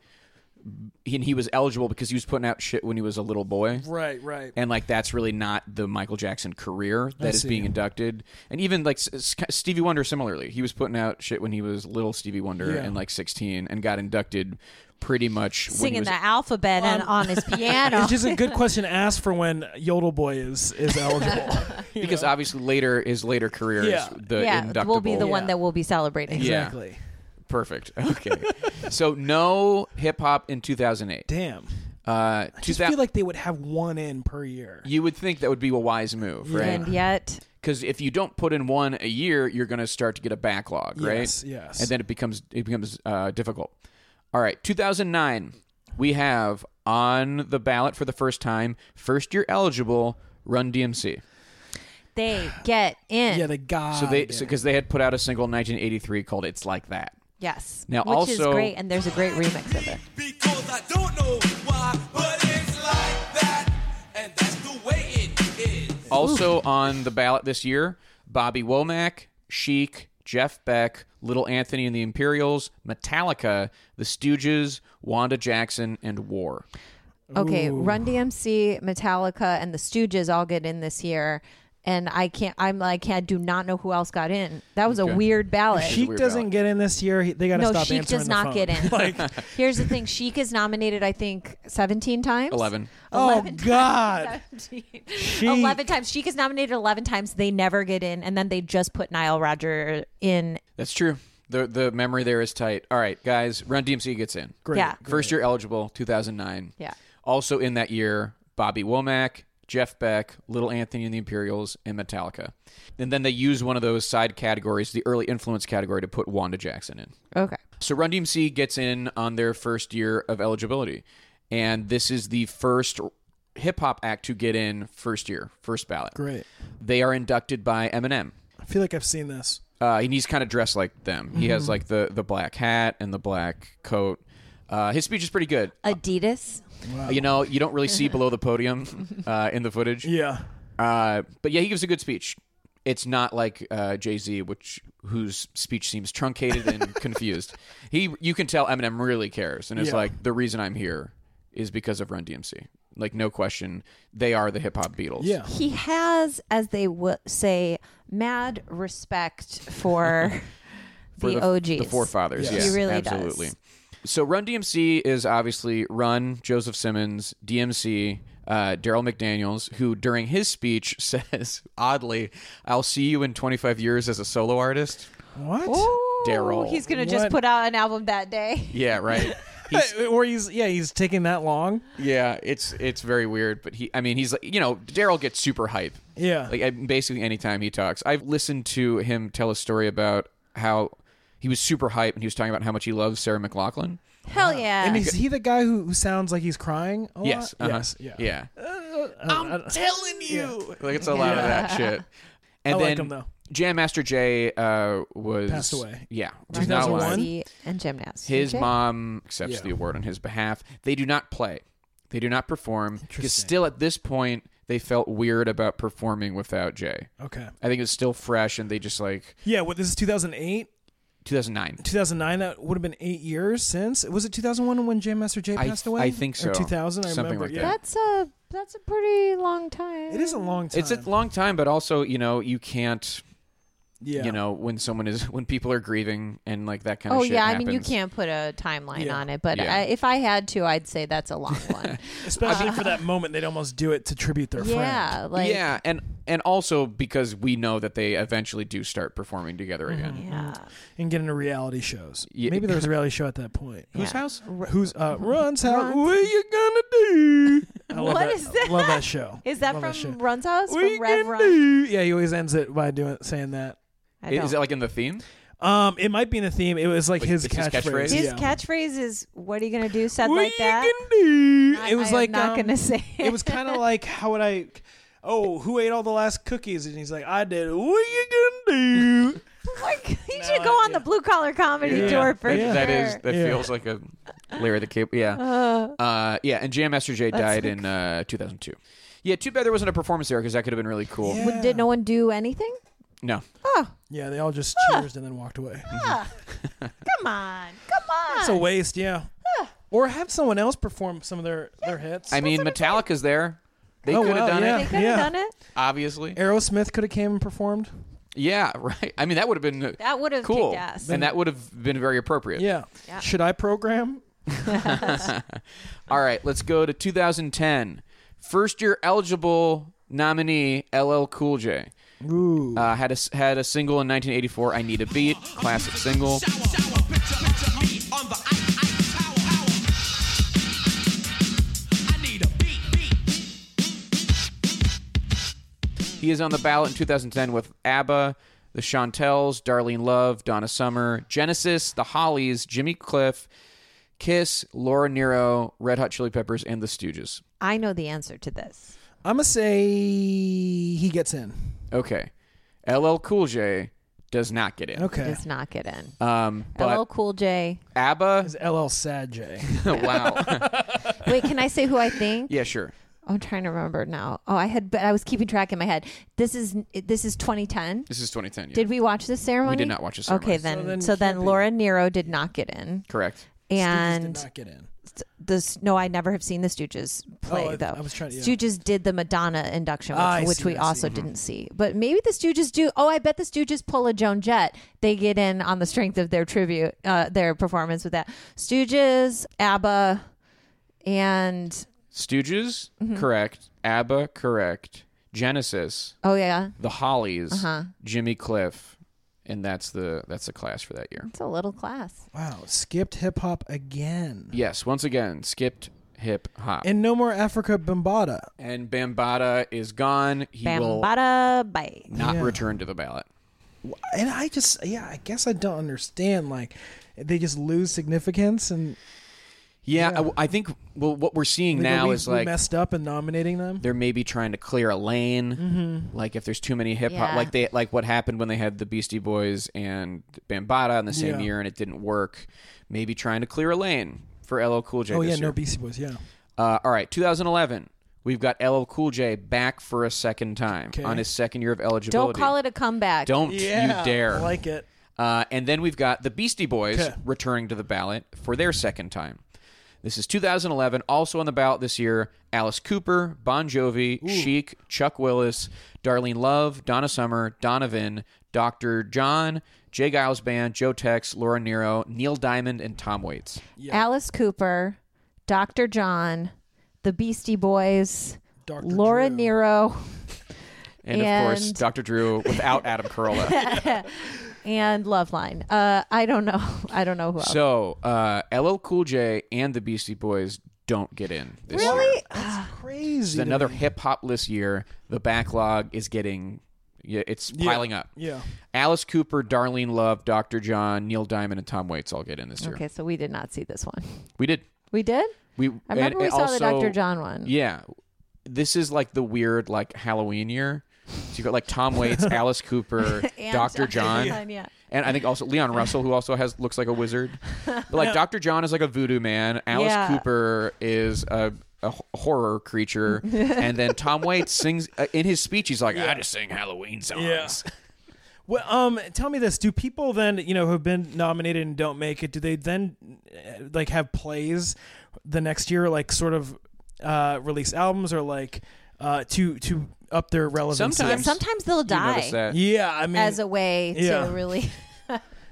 Speaker 1: and he was eligible because he was putting out shit when he was a little boy.
Speaker 3: Right, right.
Speaker 1: And like that's really not the Michael Jackson career that is
Speaker 3: see.
Speaker 1: being inducted. And even like S- S- Stevie Wonder, similarly, he was putting out shit when he was little Stevie Wonder
Speaker 3: Yeah.
Speaker 1: and like sixteen, and got inducted pretty much when he
Speaker 2: singing
Speaker 1: was
Speaker 2: the alphabet and on his piano.
Speaker 3: It's just a good question to ask for when Yodel Boy is is eligible. you
Speaker 1: because
Speaker 3: know?
Speaker 1: obviously later his later career
Speaker 3: Yeah.
Speaker 1: is the
Speaker 2: yeah,
Speaker 1: inductible.
Speaker 2: will be the one
Speaker 3: Yeah.
Speaker 2: that we'll be celebrating.
Speaker 1: Yeah.
Speaker 3: exactly.
Speaker 1: Perfect. Okay. so no hip hop in 2008.
Speaker 3: Damn.
Speaker 1: Uh,
Speaker 3: I just
Speaker 1: 2000
Speaker 3: feel like they would have one in per year.
Speaker 1: you would think that would be a wise move,
Speaker 2: And
Speaker 1: right?
Speaker 2: yet,
Speaker 1: Because if you don't put in one a year, you're going to start to get a backlog, right?
Speaker 3: Yes, yes.
Speaker 1: And then it becomes it becomes uh, difficult. All right, 2009. We have on the ballot for the first time, first year eligible, Run DMC.
Speaker 2: they get in.
Speaker 3: yeah, the guy.
Speaker 1: So they because they had put out a single in 1983 called "It's Like That."
Speaker 2: yes.
Speaker 1: Now
Speaker 2: which is
Speaker 1: also-
Speaker 2: great, and there's a great remix of it.
Speaker 4: Because I don't know why, but it's like that, and that's the way it is.
Speaker 1: Also on the ballot this year, Bobby Womack, Chic, Jeff Beck, Little Anthony and the Imperials, Metallica, The Stooges, Wanda Jackson, and War.
Speaker 2: Okay, Run DMC, Metallica, and the Stooges all get in this year. And I can't. I'm like, I do not know who else got in. That was
Speaker 1: Okay.
Speaker 2: a weird ballot.
Speaker 3: Sheik
Speaker 1: weird
Speaker 3: doesn't
Speaker 1: ballot.
Speaker 3: get in this year. He- They got to
Speaker 2: no,
Speaker 3: stop
Speaker 2: Sheik
Speaker 3: answering
Speaker 2: does
Speaker 3: the
Speaker 2: not
Speaker 3: phone.
Speaker 2: get in.
Speaker 3: like,
Speaker 2: Here's the thing: Sheik is nominated, I think, 17 times.
Speaker 1: 11.
Speaker 3: oh God,
Speaker 2: 17.
Speaker 3: Sheik.
Speaker 2: 11 times. Sheik is nominated 11 times. They never get in. And then they just put Nile Roger in.
Speaker 1: That's true. The the memory there is tight. All right, guys, Run DMC gets in.
Speaker 3: Great.
Speaker 2: Yeah.
Speaker 1: First year eligible, 2009.
Speaker 2: Yeah.
Speaker 1: Also in that year, Bobby Womack, Jeff Beck, Little Anthony and the Imperials, and Metallica. And then they use one of those side categories, the early influence category, to put Wanda Jackson in.
Speaker 2: Okay.
Speaker 1: So Run DMC gets in on their first year of eligibility, and this is the first hip hop act to get in first year, first ballot.
Speaker 3: Great.
Speaker 1: They are inducted by Eminem.
Speaker 3: I feel like I've seen this.
Speaker 1: Uh, and he's kind of dressed like them. He
Speaker 3: Mm-hmm.
Speaker 1: has like the the black hat and the black coat. Uh, his speech is pretty good.
Speaker 2: Adidas.
Speaker 1: You know, you don't really see below the podium uh, in the footage.
Speaker 3: Yeah.
Speaker 1: Uh, but yeah, he gives a good speech. It's not like uh, Jay Z, which whose speech seems truncated and confused. He, you can tell Eminem really cares, and it's
Speaker 3: Yeah.
Speaker 1: like the reason I'm here is because of Run DMC. Like no question, they are the hip hop Beatles.
Speaker 3: Yeah.
Speaker 2: He has, as they would say, mad respect for,
Speaker 1: For
Speaker 2: the, OGs.
Speaker 1: the forefathers.
Speaker 3: Yes.
Speaker 1: Yeah,
Speaker 2: He really does.
Speaker 1: absolutely. So Run DMC is obviously Run, Joseph Simmons, DMC, uh, Daryl McDaniels, who during his speech says, oddly, "I'll see you in 25 years as a solo artist."
Speaker 3: What?
Speaker 2: Ooh,
Speaker 1: Daryl.
Speaker 2: He's going to
Speaker 3: What?
Speaker 2: just put out an album that day.
Speaker 1: Yeah, right. He's,
Speaker 3: or he's yeah he's taking that long.
Speaker 1: yeah, it's it's very weird, but he, I mean, he's like, you know, Daryl gets super hype.
Speaker 3: Yeah.
Speaker 1: like I- basically anytime he talks. I've listened to him tell a story about how he was super hype and he was talking about how much he loves Sarah McLaughlin.
Speaker 2: Hell yeah.
Speaker 3: and is he the guy who, who sounds like he's crying? A lot? Uh,
Speaker 1: Yes, uh-huh.
Speaker 3: Yes. Yeah.
Speaker 1: yeah.
Speaker 3: I'm
Speaker 1: telling you, like it's a lot of that shit. And
Speaker 3: I
Speaker 1: then
Speaker 3: like him, though.
Speaker 1: Jam Master Jay uh, was
Speaker 3: Passed away.
Speaker 1: Yeah,
Speaker 2: Run
Speaker 1: he's not alive.
Speaker 3: 2001?
Speaker 2: DMC and Gymnast.
Speaker 1: His
Speaker 2: Okay.
Speaker 1: mom accepts
Speaker 3: Yeah.
Speaker 1: the award on his behalf. They do not play. They do not perform because still at this point they felt weird about performing without Jay.
Speaker 3: Okay.
Speaker 1: I think it's still fresh and they just like
Speaker 3: Yeah. What? This is 2008,
Speaker 1: 2009.
Speaker 3: 2009. That would have been eight years since. Was it 2001 when Jam Master Jay
Speaker 1: I-
Speaker 3: passed away?
Speaker 1: I think so.
Speaker 3: Or 2000. I
Speaker 1: Something
Speaker 3: remember.
Speaker 1: like
Speaker 3: yeah.
Speaker 1: that.
Speaker 2: That's a, that's a pretty long time.
Speaker 3: It is a long time.
Speaker 1: It's a long time, but also you know you can't
Speaker 3: yeah.
Speaker 1: you know when someone is when people are grieving and like that kind
Speaker 2: Oh
Speaker 1: of shit.
Speaker 2: yeah, I mean you
Speaker 1: happens.
Speaker 2: can't put a timeline
Speaker 3: Yeah.
Speaker 2: on it, but
Speaker 1: Yeah.
Speaker 2: I, if I had to, I'd say that's a long one.
Speaker 3: Especially for that moment, they'd almost do it to tribute their friend.
Speaker 2: yeah, like
Speaker 1: yeah, and and also because we know that they eventually do start performing together
Speaker 2: Mm-hmm.
Speaker 1: again.
Speaker 2: yeah.
Speaker 3: and get into reality shows.
Speaker 1: Yeah.
Speaker 3: Maybe there was a reality show at that point.
Speaker 1: Whose
Speaker 2: Yeah.
Speaker 1: house?
Speaker 3: Who's uh, Ron's house? What are you gonna do? I love
Speaker 2: What
Speaker 3: that.
Speaker 2: is that?
Speaker 3: I love that show.
Speaker 2: Is that
Speaker 3: Love
Speaker 2: from
Speaker 3: show.
Speaker 2: Run's house?
Speaker 3: What you
Speaker 2: from Rev
Speaker 3: gonna
Speaker 2: Run?
Speaker 3: do? Yeah, he always ends it by doing saying that.
Speaker 2: I
Speaker 1: Is
Speaker 2: don't.
Speaker 1: it like in the theme?
Speaker 3: Um, it might be in the theme. It was like,
Speaker 1: Like,
Speaker 3: his,
Speaker 1: it's his
Speaker 3: catchphrase.
Speaker 1: catchphrase?
Speaker 2: His
Speaker 3: yeah.
Speaker 2: catchphrase is "What are you gonna do?" Said
Speaker 3: What
Speaker 2: like
Speaker 3: you
Speaker 2: that.
Speaker 3: gonna do?
Speaker 2: I-
Speaker 3: it was
Speaker 2: I am
Speaker 3: like
Speaker 2: not
Speaker 3: um,
Speaker 2: gonna say
Speaker 3: It was kind of like how would I? Oh, who ate all the last cookies? And he's like, I did. What are you gonna do?
Speaker 2: Like, you
Speaker 3: No,
Speaker 2: should go
Speaker 3: I-
Speaker 2: on the blue collar comedy
Speaker 3: Yeah.
Speaker 2: tour for
Speaker 1: that,
Speaker 2: sure.
Speaker 1: that is that
Speaker 3: Yeah.
Speaker 1: feels like a Larry the Cable. Yeah, uh, yeah. And Jam Master Jay died in uh, 2002. Yeah, too bad there wasn't a performance there because that could have been really cool.
Speaker 2: Would- Did no one do anything?
Speaker 1: No,
Speaker 2: Oh.
Speaker 3: yeah, they all
Speaker 1: Hmm.
Speaker 3: just cheersed and then walked away.
Speaker 2: Come Ah. on, come on.
Speaker 3: It's a waste. Yeah. or have someone else perform some of their their hits.
Speaker 1: I mean, Metallica's there. They
Speaker 3: Oh,
Speaker 1: could have
Speaker 3: wow,
Speaker 1: done
Speaker 3: yeah.
Speaker 2: They
Speaker 1: it,
Speaker 2: could have
Speaker 3: Yeah.
Speaker 2: done it.
Speaker 1: obviously.
Speaker 3: Aerosmith could have came and performed.
Speaker 1: Yeah, right. I mean, that would have been
Speaker 2: That would have
Speaker 1: cool,
Speaker 2: kicked ass.
Speaker 1: and that would have been very appropriate.
Speaker 3: Yeah. Should I program?
Speaker 1: All right, let's go to 2010. First year eligible nominee LL Cool J. Ooh. Uh, had a s- had a single in 1984. I need a beat, classic single. He is on the ballot in 2010 with ABBA, the Chantels, Darlene Love, Donna Summer, Genesis, the Hollies, Jimmy Cliff, Kiss, Laura Nero, Red Hot Chili Peppers, and the Stooges.
Speaker 2: I know the answer to this.
Speaker 3: I'm gonna say he gets in.
Speaker 1: Okay, LL Cool J does not get in.
Speaker 3: Okay.
Speaker 2: Does not get in.
Speaker 1: Um, but
Speaker 2: LL Cool J.
Speaker 1: ABBA.
Speaker 3: Is LL Sad J?
Speaker 1: wow.
Speaker 2: Wait, can I say who I think?
Speaker 1: yeah, sure.
Speaker 2: I'm trying to remember now. Oh, I had, but I was keeping track in my head. This is this is 2010.
Speaker 1: This is 2010. Yeah.
Speaker 2: Did we watch this ceremony?
Speaker 1: not watch this
Speaker 2: Okay,
Speaker 1: ceremony.
Speaker 2: then so
Speaker 3: then
Speaker 2: then,
Speaker 3: it can't be.
Speaker 2: Laura Nero did not get in,
Speaker 1: Correct.
Speaker 3: Stooges did
Speaker 2: and
Speaker 3: not get in.
Speaker 2: this no, I never have seen the Stooges play
Speaker 3: Oh, I-
Speaker 2: though.
Speaker 3: I was trying- yeah.
Speaker 2: Stooges did the Madonna induction, which,
Speaker 3: Ah, I
Speaker 2: which
Speaker 3: see,
Speaker 2: we
Speaker 3: I see.
Speaker 2: also didn't see. But maybe the Stooges do. Oh, I bet the Stooges pull a Joan Jett. They get in on the strength of their tribute, uh, their performance with that Stooges, ABBA, and
Speaker 1: Stooges.
Speaker 3: Mm-hmm.
Speaker 1: Correct. ABBA. Correct. Genesis.
Speaker 2: oh yeah,
Speaker 1: The Hollies.
Speaker 3: Uh-huh.
Speaker 1: Jimmy Cliff. And that's the that's the class for that year.
Speaker 2: it's a little class.
Speaker 3: Wow. Skipped hip hop again.
Speaker 1: Yes. Once again, skipped hip hop.
Speaker 3: And no more Africa Bambata.
Speaker 1: And Bambata is gone. He will
Speaker 2: Bambada bye.
Speaker 1: not return to the ballot.
Speaker 3: And I just, yeah, I guess I don't understand. Like, they just lose significance, and
Speaker 1: Yeah, I w I I, think well, what we're seeing
Speaker 3: like,
Speaker 1: now
Speaker 3: we,
Speaker 1: is
Speaker 3: we
Speaker 1: like
Speaker 3: messed up in nominating them.
Speaker 1: they're maybe trying to clear a lane. Like if there's too many hip hop,
Speaker 2: Yeah.
Speaker 1: like they like what happened when they had the Beastie Boys and Bambata in the same
Speaker 3: Yeah.
Speaker 1: year and it didn't work. Maybe trying to clear a lane for LL Cool J.
Speaker 3: Oh
Speaker 1: this
Speaker 3: yeah,
Speaker 1: year.
Speaker 3: no Beastie Boys. Yeah.
Speaker 1: Uh, all right, 2011. We've got LL Cool J back for a second time
Speaker 3: Okay.
Speaker 1: on his second year of eligibility.
Speaker 2: Don't call it a comeback.
Speaker 1: Don't you dare.
Speaker 3: I like it.
Speaker 1: Uh, and then we've got the Beastie Boys
Speaker 3: Okay.
Speaker 1: returning to the ballot for their second time. This is 2011. Also on the ballot this year, Alice Cooper, Bon Jovi, Chic, Chuck Willis, Darlene Love, Donna Summer, Donovan, Dr. John, Jay Giles Band, Joe Tex, Laura Nero, Neil Diamond, and Tom Waits.
Speaker 2: Alice Cooper, Dr. John, the Beastie Boys, Laura
Speaker 3: Drew.
Speaker 2: Nero,
Speaker 1: And, of course,
Speaker 2: And-
Speaker 1: Dr. Drew without Adam Carolla.
Speaker 2: and Loveline. Uh, I don't know. I don't know who else.
Speaker 1: so, uh, LL Cool J and the Beastie Boys don't get in this year.
Speaker 2: really?
Speaker 1: It's
Speaker 3: Crazy. to
Speaker 1: another
Speaker 3: me.
Speaker 1: hip hop list year. The backlog is getting, yeah, it's piling up.
Speaker 3: Yeah.
Speaker 1: Alice Cooper, Darlene Love, Dr. John, Neil Diamond, and Tom Waits all get in this year.
Speaker 2: Okay, so we did not see this one.
Speaker 1: We did.
Speaker 2: We did?
Speaker 1: We
Speaker 2: I remember
Speaker 1: and-
Speaker 2: we
Speaker 1: and
Speaker 2: saw the
Speaker 1: also-
Speaker 2: Dr. John one.
Speaker 1: Yeah, this is like the weird like Halloween year. So you got like Tom Waits, Alice Cooper,
Speaker 2: And
Speaker 1: Dr. John.
Speaker 2: yeah.
Speaker 1: And I think also Leon Russell, who also has looks like a wizard, but like Doctor John is like a voodoo man. Alice
Speaker 2: Yeah.
Speaker 1: Cooper is a, a h- horror creature, and then Tom Waits sings uh, in his speech. He's like, "I just sing Halloween songs."
Speaker 3: Yeah. Well, um, tell me this: Do people then, you know, who have been nominated and don't make it, do they then uh, like have plays the next year, like sort of uh, release albums or like uh, to to up their relevance?
Speaker 1: Sometimes
Speaker 2: Sometimes they'll
Speaker 1: you notice
Speaker 2: die
Speaker 1: that.
Speaker 3: yeah, I mean,
Speaker 2: as a way
Speaker 3: Yeah.
Speaker 2: to really.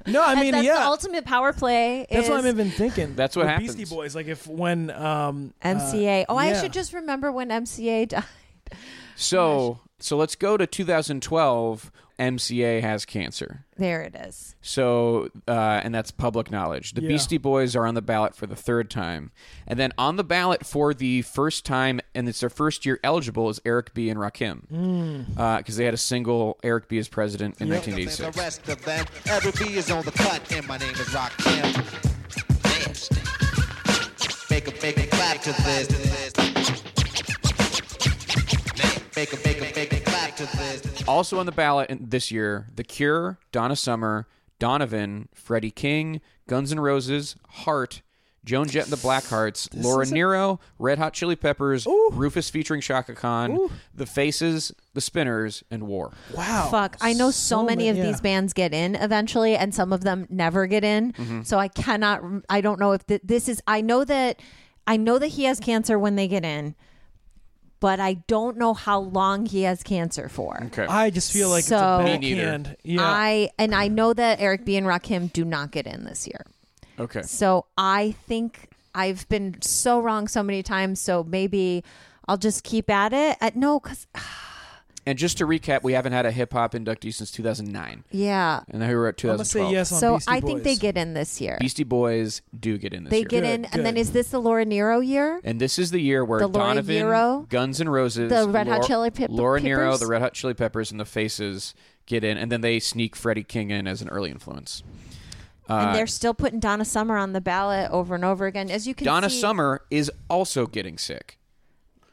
Speaker 3: no, I mean,
Speaker 2: that's
Speaker 3: yeah,
Speaker 2: the ultimate power play.
Speaker 3: that's
Speaker 2: is
Speaker 3: what I'm uh, even thinking.
Speaker 1: That's what
Speaker 3: With
Speaker 1: happens.
Speaker 3: Beastie Boys, like if when um, uh,
Speaker 2: MCA. oh, I
Speaker 3: yeah.
Speaker 2: should just remember when MCA died.
Speaker 1: So, so let's go to 2012. MCA has cancer.
Speaker 2: There it is.
Speaker 1: So, uh, and that's public knowledge. The
Speaker 3: Yeah.
Speaker 1: Beastie Boys are on the ballot for the third time. And then on the ballot for the first time, and it's their first year eligible, is Eric B. and Rakim.
Speaker 8: Hmm.
Speaker 1: Because they had a single, Eric B. is president, in
Speaker 8: the
Speaker 1: 1986.
Speaker 8: rest of them. Every B is on the cut, and my name is Rock Make a make a clap to this. Make a make a make a clap to this.
Speaker 1: Also on the ballot in- this year, The Cure, Donna Summer, Donovan, Freddie King, Guns N' Roses, Heart, Joan Jett and the Blackhearts, Laura Nero, Red Hot Chili Peppers, Rufus featuring Shaka Khan, The Faces, The Spinners, and War.
Speaker 3: Wow.
Speaker 2: Fuck, I know so, many
Speaker 3: ma-
Speaker 2: of
Speaker 3: Oh, yeah.
Speaker 2: these bands get in eventually, and some of them never get in.
Speaker 3: Mm-hmm.
Speaker 2: So I cannot. I don't know if th- this is. I know that. I know that he has cancer when they get in, but I don't know how long he has cancer for.
Speaker 1: Okay.
Speaker 3: I just feel like
Speaker 2: So-
Speaker 3: it's
Speaker 2: Me
Speaker 3: a
Speaker 1: neither.
Speaker 3: backhand. Yeah.
Speaker 2: I and I know that Eric B and Rakim do not get in this year.
Speaker 1: okay.
Speaker 2: So I think I've been so wrong so many times. So maybe I'll just keep at it. At, no, because
Speaker 1: And just to recap, we haven't had a hip hop inductee since 2009.
Speaker 2: yeah.
Speaker 1: And now we were at
Speaker 3: I'm gonna
Speaker 1: 2012.
Speaker 3: say yes on
Speaker 2: So
Speaker 3: Beastie
Speaker 2: I think they
Speaker 3: Boys.
Speaker 2: get in this year.
Speaker 1: Beastie Boys do get in this
Speaker 2: they
Speaker 1: year.
Speaker 2: get in, and then
Speaker 3: good.
Speaker 2: is this the Laura Nero year?
Speaker 1: And this is the year where
Speaker 2: The Laura
Speaker 1: Donovan,
Speaker 2: Nero,
Speaker 1: Guns N' Roses,
Speaker 2: the Red Hot
Speaker 1: Laura-
Speaker 2: Chili Pep-
Speaker 1: Laura Nero,
Speaker 2: Peppers.
Speaker 1: the Red Hot Chili Peppers, and the Faces get in, and then they sneak Freddie King in as an early influence. Uh,
Speaker 2: and they're still putting Donna Summer on the ballot over and over again, as you can
Speaker 1: Donna
Speaker 2: see
Speaker 1: Summer is also getting sick.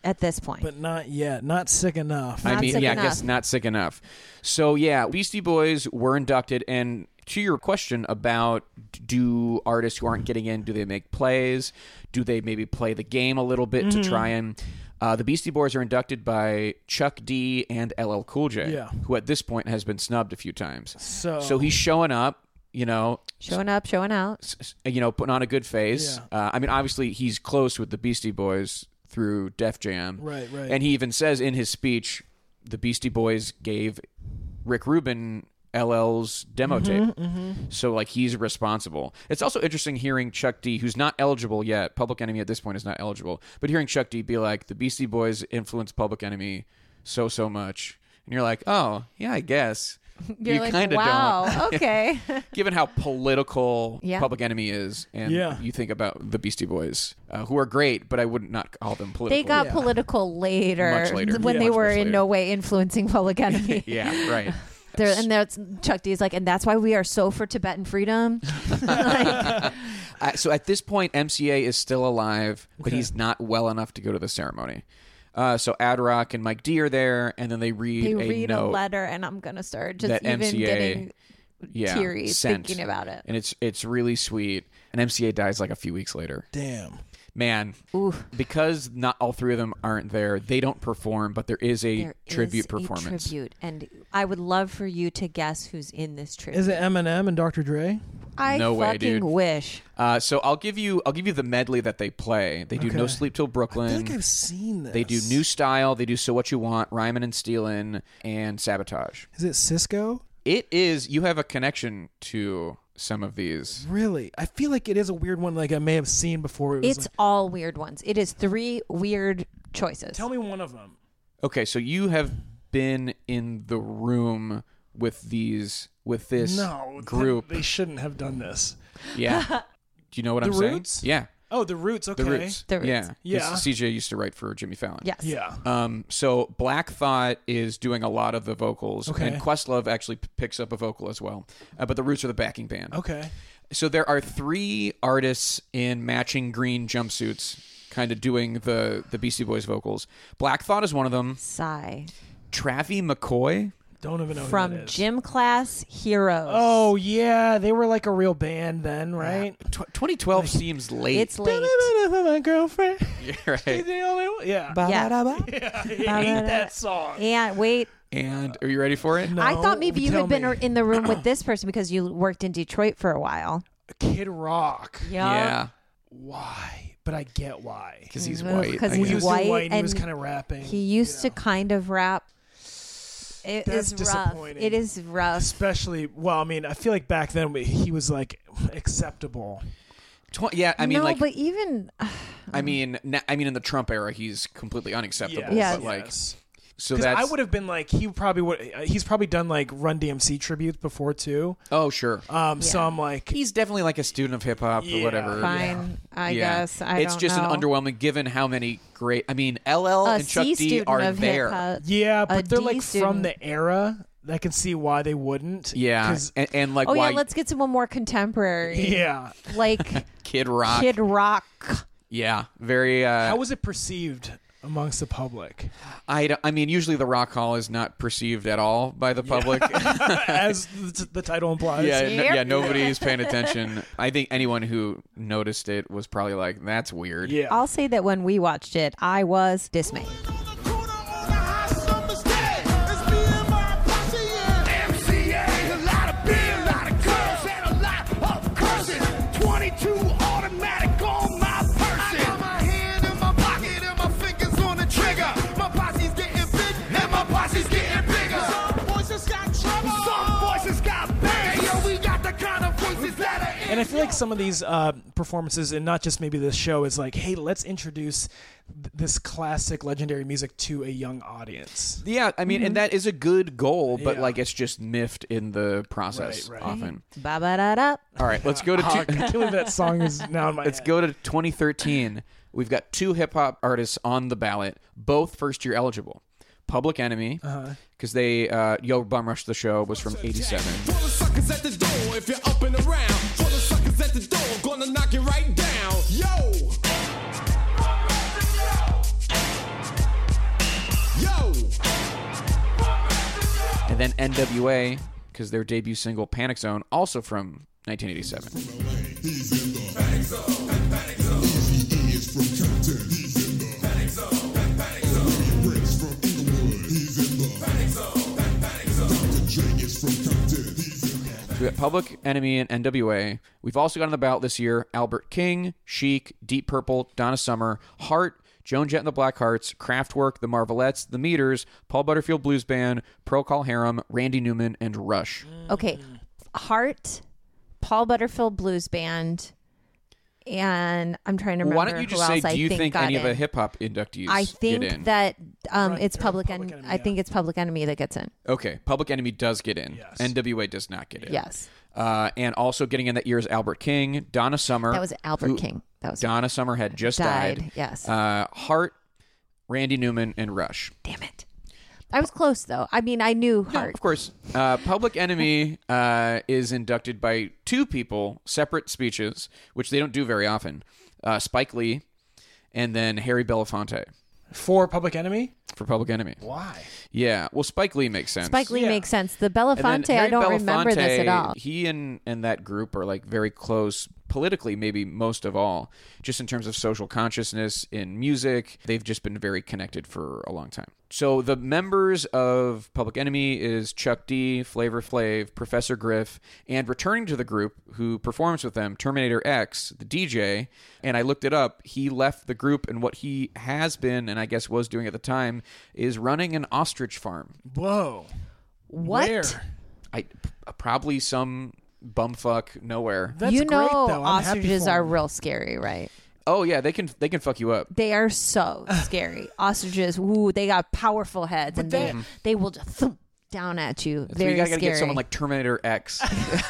Speaker 2: at this point.
Speaker 3: but not yet. Not sick enough.
Speaker 1: I
Speaker 2: Not
Speaker 1: mean,
Speaker 2: sick
Speaker 1: yeah, I
Speaker 2: enough.
Speaker 1: guess not sick enough. So yeah, Beastie Boys were inducted, and to your question about do artists who aren't getting in, do they make plays? Do they maybe play the game a little bit
Speaker 2: Mm-hmm.
Speaker 1: to try and? Uh, the Beastie Boys are inducted by Chuck D and LL Cool J,
Speaker 3: Yeah.
Speaker 1: who at this point has been snubbed a few times.
Speaker 3: So-
Speaker 1: he's showing up, you know,
Speaker 2: showing up, showing out.
Speaker 1: s- s- you know, putting on a good face. Uh, I mean, obviously, he's close with the Beastie Boys through Def Jam.
Speaker 3: Right, right.
Speaker 1: And he even says in his speech, the Beastie Boys gave Rick Rubin LL's demo
Speaker 3: Mm-hmm,
Speaker 1: tape. So, like, he's responsible. It's also interesting hearing Chuck D, who's not eligible yet, Public Enemy at this point is not eligible, but hearing Chuck D be like, the Beastie Boys influenced Public Enemy so, so much. And you're like, oh, yeah, I guess.
Speaker 2: You're
Speaker 1: you
Speaker 2: like,
Speaker 1: kind of
Speaker 2: wow,
Speaker 1: don't
Speaker 2: okay.
Speaker 1: given how political
Speaker 2: Yeah.
Speaker 1: Public Enemy is, and
Speaker 3: Yeah.
Speaker 1: you think about the Beastie Boys, uh, who are great, but I would not call them political.
Speaker 2: they got political later,
Speaker 1: Much later.
Speaker 2: when
Speaker 1: Yeah.
Speaker 2: they
Speaker 1: Much,
Speaker 2: were
Speaker 1: much
Speaker 2: in
Speaker 1: later.
Speaker 2: no way influencing Public Enemy.
Speaker 1: yeah, right.
Speaker 2: They're- and that's Chuck D is like, and that's why we are so for Tibetan freedom.
Speaker 1: Uh, so at this point, MCA is still alive, but he's not well enough to go to the ceremony. Uh, so Adrock and Mike D are there, and then they read
Speaker 2: They
Speaker 1: a
Speaker 2: read a
Speaker 1: note
Speaker 2: letter, and I'm gonna start just
Speaker 1: that
Speaker 2: even
Speaker 1: MCA
Speaker 2: getting
Speaker 1: yeah,
Speaker 2: teary
Speaker 1: sent.
Speaker 2: thinking about it.
Speaker 1: and it's it's really sweet. And MCA dies like a few weeks later.
Speaker 3: Damn.
Speaker 1: Man, because not all three of them aren't there, they don't perform, but there is a
Speaker 2: There is
Speaker 1: tribute
Speaker 2: a
Speaker 1: performance.
Speaker 2: tribute, and I would love for you to guess who's in this tribute.
Speaker 3: Is it Eminem and Dr. Dre?
Speaker 2: I
Speaker 1: No way,
Speaker 2: fucking
Speaker 1: dude.
Speaker 2: wish.
Speaker 1: Uh, so I'll give you I'll give you the medley that they play. They do No
Speaker 3: Okay.
Speaker 1: Sleep Till
Speaker 3: I feel
Speaker 1: Brooklyn.
Speaker 3: like I've seen this.
Speaker 1: they do New Style. They do So What You Want, Rhyming and Stealing, and Sabotage.
Speaker 3: Is it Cisco?
Speaker 1: It is you have a connection to some of these.
Speaker 3: Really? I feel like it is a weird one. Like I may have seen before. It was
Speaker 2: It's
Speaker 3: like-
Speaker 2: all weird ones. It is three weird choices.
Speaker 3: tell me one of them.
Speaker 1: Okay, so you have been in the room with these with this
Speaker 3: No th-
Speaker 1: group.
Speaker 3: They shouldn't have done this.
Speaker 1: yeah. Do you know what
Speaker 3: The
Speaker 1: I'm
Speaker 3: Roots?
Speaker 1: saying? Yeah.
Speaker 3: Oh, the Roots. Okay.
Speaker 1: The Roots.
Speaker 2: The Roots.
Speaker 1: Yeah. 'Cause
Speaker 3: Yeah.
Speaker 1: CJ used to write for Jimmy Fallon.
Speaker 2: Yes.
Speaker 3: Yeah.
Speaker 1: Um, so Black Thought is doing a lot of the vocals,
Speaker 3: Okay.
Speaker 1: and Questlove actually p- picks up a vocal as well. Uh, but the Roots are the backing band.
Speaker 3: Okay.
Speaker 1: So there are three artists in matching green jumpsuits, kind of doing the the Beastie Boys vocals. Black Thought is one of them.
Speaker 2: Sigh.
Speaker 1: Travi McCoy.
Speaker 3: Don't even know who Oh, that
Speaker 2: From
Speaker 3: is.
Speaker 2: gym class heroes.
Speaker 3: Oh yeah, they were like a real band then, right?
Speaker 1: Tw- 2012 seems late.
Speaker 2: It's late.
Speaker 3: My girlfriend.
Speaker 1: Yeah, right.
Speaker 3: The only one- Yeah.
Speaker 2: Yeah.
Speaker 3: I hate that song.
Speaker 2: And wait,
Speaker 1: And are you ready for it?
Speaker 2: I thought maybe you
Speaker 3: tell
Speaker 2: had been
Speaker 3: me.
Speaker 2: in the room with this person because you worked in Detroit for a while.
Speaker 3: Kid Rock.
Speaker 1: Yeah,
Speaker 3: Why? But I get why.
Speaker 1: because he's
Speaker 2: Well,
Speaker 1: white.
Speaker 2: 'cause
Speaker 1: I
Speaker 3: He
Speaker 2: he's
Speaker 1: guess.
Speaker 3: was
Speaker 2: white
Speaker 3: white, white and he was
Speaker 2: and
Speaker 3: kind of rapping.
Speaker 2: He used to kind of rap. It
Speaker 3: That's
Speaker 2: is rough.
Speaker 3: disappointing.
Speaker 2: It is rough.
Speaker 3: especially well, I mean, I feel like back then we- he was like acceptable.
Speaker 1: Tw- yeah, I mean,
Speaker 2: no,
Speaker 1: like,
Speaker 2: but even uh, Mm-hmm.
Speaker 1: I mean, na- I mean, in the Trump era, he's completely unacceptable.
Speaker 2: Yes.
Speaker 1: But like,
Speaker 3: Yes.
Speaker 1: so
Speaker 3: 'Cause
Speaker 1: that's
Speaker 3: I would have been like he probably would. uh, He's probably done like Run DMC tributes before too.
Speaker 1: Oh, sure.
Speaker 2: Uh,
Speaker 3: Um, so I'm like,
Speaker 1: He's definitely like a student of hip hop or
Speaker 3: Yeah.
Speaker 1: whatever.
Speaker 2: fine, I
Speaker 1: Yeah.
Speaker 2: guess. I
Speaker 1: it's
Speaker 2: don't
Speaker 1: just
Speaker 2: know.
Speaker 1: an underwhelming given how many great. I mean, LL
Speaker 2: A
Speaker 1: and Chuck
Speaker 2: C
Speaker 1: D
Speaker 2: student
Speaker 1: are
Speaker 2: of
Speaker 1: there.
Speaker 2: hip-hop.
Speaker 3: yeah,
Speaker 2: A
Speaker 3: but they're
Speaker 2: D
Speaker 3: like from
Speaker 2: student.
Speaker 3: the era. I can see why they wouldn't.
Speaker 1: Yeah,
Speaker 3: 'Cause-
Speaker 1: and, and like
Speaker 2: Oh
Speaker 1: why
Speaker 2: yeah, let's get to one more contemporary.
Speaker 3: yeah.
Speaker 2: Like
Speaker 1: Kid Rock?
Speaker 2: Kid Rock.
Speaker 1: yeah, very. Uh,
Speaker 3: How was it perceived? amongst the public
Speaker 1: I, don't- I mean, usually the Rock Hall is not perceived at all by the public.
Speaker 3: as the, the title implies
Speaker 1: yeah, no, yeah, nobody's paying attention. I think anyone who noticed it was probably like, "That's weird."
Speaker 3: Yeah.
Speaker 2: I'll say that when we watched it, I was dismayed.
Speaker 3: And I feel like some of these uh, performances, and not just maybe this show, is like, hey, let's introduce th- this classic legendary music to a young audience.
Speaker 1: Yeah, I mean, and that is a good goal, but
Speaker 3: Mm-hmm. Yeah.
Speaker 1: like it's just miffed in the process
Speaker 3: Right, Oh, right.
Speaker 1: often.
Speaker 2: Ba ba da da.
Speaker 1: All right, let's go to
Speaker 3: I
Speaker 1: two,
Speaker 3: can't believe that song is now in my
Speaker 1: let's
Speaker 3: head.
Speaker 1: go to 2013. We've got two hip hop artists on the ballot, both first year eligible. Public Enemy,
Speaker 3: Uh-huh.
Speaker 1: because they uh, Yo Bum Rush the Show was from '87.
Speaker 5: For the suckers at the door, if you're up and around. For the suckers at the door, gonna knock it right down. Yo! Yo!
Speaker 1: And then NWA, because their debut single Panic Zone, also from 1987. So we got Public Enemy and NWA. We've also got on the ballot this year Albert King, Chic, Deep Purple, Donna Summer, Heart, Joan Jett and the Blackhearts, Kraftwerk, The Marvelettes, The Meters, Paul Butterfield Blues Band, Procol Harum, Randy Newman, and Rush.
Speaker 2: Okay, Heart, Paul Butterfield Blues Band, and I'm trying to remember.
Speaker 1: Why don't you
Speaker 2: who
Speaker 1: just say,
Speaker 2: else I
Speaker 1: do you think,
Speaker 2: got
Speaker 1: any of
Speaker 2: in.
Speaker 1: the hip hop inductees
Speaker 2: I
Speaker 1: get in?
Speaker 2: think that um, it's public,
Speaker 3: Public
Speaker 2: en-
Speaker 3: Enemy,
Speaker 2: I think it's Public Enemy that gets in.
Speaker 1: Okay, Public Enemy does get in.
Speaker 3: Yes.
Speaker 1: NWA does not get in.
Speaker 2: Yes,
Speaker 1: Uh, and also getting in that year is Albert King, Donna Summer.
Speaker 2: that was Albert
Speaker 1: who-
Speaker 2: King. That was
Speaker 1: Donna Summer had just died.
Speaker 2: Died, yes.
Speaker 1: Uh, Hart, Randy Newman, and Rush.
Speaker 2: damn it. I was close though. I mean, I knew Heart.
Speaker 1: Of course, uh, Public Enemy uh, is inducted by two people, separate speeches, which they don't do very often. Uh, Spike Lee, and then Harry Belafonte
Speaker 3: For Public Enemy?
Speaker 1: for Public Enemy.
Speaker 3: Why?
Speaker 1: Yeah, well, Spike Lee makes sense.
Speaker 2: Spike Lee
Speaker 3: Yeah.
Speaker 2: makes sense. The
Speaker 1: And
Speaker 2: Belafonte,
Speaker 1: then
Speaker 2: I
Speaker 1: Harry
Speaker 2: don't remember this at
Speaker 1: Belafonte,
Speaker 2: all.
Speaker 1: He and and that group are like very close politically, maybe most of all, just in terms of social consciousness in music. They've just been very connected for a long time. So the members of Public Enemy is Chuck D, Flavor Flav, Professor Griff, and returning to the group who performs with them, Terminator X, the DJ. And I looked it up. He left the group, and what he has been, and I guess was doing at the time, is running an ostrich farm.
Speaker 3: Whoa.
Speaker 2: What?
Speaker 3: Where?
Speaker 1: I p- probably some bumfuck nowhere.
Speaker 3: That's
Speaker 2: you
Speaker 3: great,
Speaker 2: know,
Speaker 3: though. I'm happy
Speaker 2: ostriches
Speaker 3: for
Speaker 2: are
Speaker 3: him.
Speaker 2: real scary, right?
Speaker 1: Oh yeah, they can they can fuck you up.
Speaker 2: They are so scary. Ostriches, ooh, they got powerful heads, and they they will just thump down at you.
Speaker 1: So
Speaker 2: Very
Speaker 1: you gotta gotta
Speaker 2: scary.
Speaker 1: get someone like Terminator X.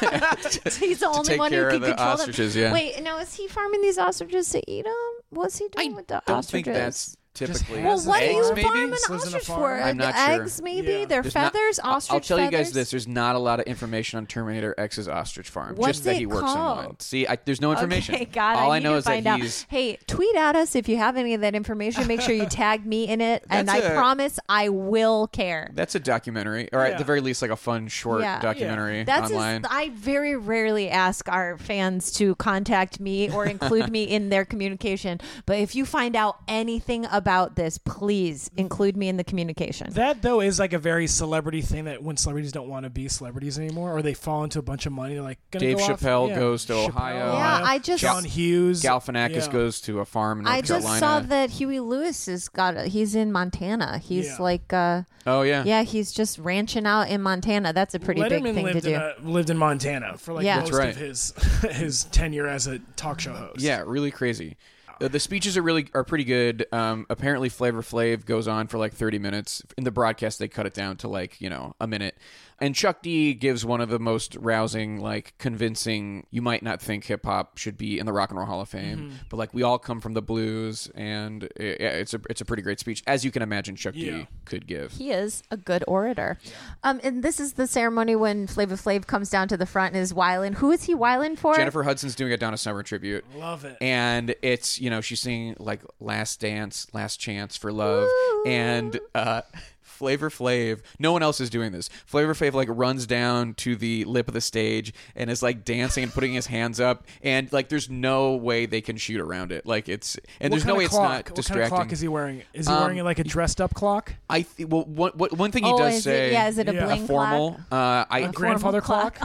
Speaker 2: He's the only
Speaker 1: take
Speaker 2: one
Speaker 1: care
Speaker 2: who
Speaker 1: of
Speaker 2: can
Speaker 1: the
Speaker 2: control
Speaker 1: ostriches,
Speaker 2: them.
Speaker 1: yeah.
Speaker 2: Wait, now is he farming these ostriches to eat them? What's he doing
Speaker 1: I
Speaker 2: with the
Speaker 1: don't
Speaker 2: ostriches?
Speaker 1: think that's typically.
Speaker 2: well,
Speaker 3: Has
Speaker 2: what
Speaker 3: a
Speaker 1: Eggs,
Speaker 2: do you
Speaker 3: farm?
Speaker 1: maybe?
Speaker 2: farm an
Speaker 3: Just lives in a
Speaker 2: ostrich
Speaker 3: farm.
Speaker 2: for?
Speaker 1: I'm
Speaker 2: The
Speaker 1: not sure.
Speaker 2: eggs, maybe
Speaker 3: Yeah.
Speaker 2: their
Speaker 1: There's not-
Speaker 2: feathers.
Speaker 1: I'll-
Speaker 2: ostrich
Speaker 1: I'll tell you guys
Speaker 2: feathers?
Speaker 1: this: there's not a lot of information on Terminator X's ostrich farm.
Speaker 2: What's
Speaker 1: just that
Speaker 2: it
Speaker 1: he works
Speaker 2: called?
Speaker 1: online. See, I, there's no information.
Speaker 2: Okay, God,
Speaker 1: All I,
Speaker 2: need
Speaker 1: know
Speaker 2: to
Speaker 1: is
Speaker 2: find
Speaker 1: that
Speaker 2: out.
Speaker 1: he's.
Speaker 2: Hey, tweet at us if you have any of that information. Make sure you tag me in it, and I
Speaker 1: That's a-
Speaker 2: promise I will care.
Speaker 1: That's a documentary, or at the very least, like a fun short
Speaker 2: Yeah.
Speaker 1: documentary
Speaker 2: That's just-
Speaker 1: online.
Speaker 2: I very rarely ask our fans to contact me or include me in their communication. But if you find out anything about this, please include me in the communication.
Speaker 3: That, though, is like a very celebrity thing that when celebrities don't want to be celebrities anymore or they fall into a bunch of money, they're like, gonna
Speaker 1: Dave
Speaker 3: go off-
Speaker 1: Chappelle
Speaker 3: yeah.
Speaker 1: goes to
Speaker 3: Chappelle,
Speaker 1: Ohio.
Speaker 2: Yeah, I just-
Speaker 3: John Hughes.
Speaker 1: Galifianakis
Speaker 3: Yeah.
Speaker 1: goes to a farm in North
Speaker 2: I just
Speaker 1: Carolina.
Speaker 2: saw that Huey Lewis has got. A, he's in Montana. He's
Speaker 3: Yeah.
Speaker 2: like, uh,
Speaker 1: Oh yeah.
Speaker 2: yeah, he's just ranching out in Montana. That's a pretty
Speaker 3: Letterman
Speaker 2: big thing to
Speaker 3: lived
Speaker 2: do.
Speaker 3: in uh, a, lived in Montana for like
Speaker 2: Yeah.
Speaker 3: most
Speaker 2: That's
Speaker 1: right.
Speaker 3: of his his tenure as a talk show host.
Speaker 1: Yeah, really crazy. Uh, The speeches are really are pretty good. Um, apparently, Flavor Flav goes on for like thirty minutes. In the broadcast, they cut it down to like you know a minute. And Chuck D gives one of the most rousing, like convincing, you might not think hip hop should be in the Rock and Roll Hall of Fame, but like we all come from the blues and i- yeah, it's a it's a pretty great speech as you can imagine Chuck
Speaker 3: Yeah.
Speaker 1: D could give.
Speaker 2: He is a good orator. Um, and this is the ceremony when Flava Flav comes down to the front and is wiling. Who is he wiling for?
Speaker 1: Jennifer Hudson's doing a Donna Summer tribute.
Speaker 3: Love it.
Speaker 1: And it's, you know, she's singing like Last Dance, Last Chance for Love. And uh Flavor Flav, no one else is doing this. Flavor Flav like runs down to the lip of the stage and is like dancing and putting his hands up and like there's no way they can shoot around it. Like it's and
Speaker 3: What
Speaker 1: there's
Speaker 3: kind
Speaker 1: no
Speaker 3: of
Speaker 1: way
Speaker 3: clock?
Speaker 1: it's not
Speaker 3: What
Speaker 1: distracting. Um,
Speaker 3: kind of clock is he wearing? Is he wearing like a dressed up clock?
Speaker 1: I th- well one, what- one thing he
Speaker 2: oh,
Speaker 1: does
Speaker 2: is
Speaker 1: say
Speaker 2: it, yeah, is it a
Speaker 3: Yeah.
Speaker 2: bling
Speaker 1: formal uh I
Speaker 3: A grandfather clock?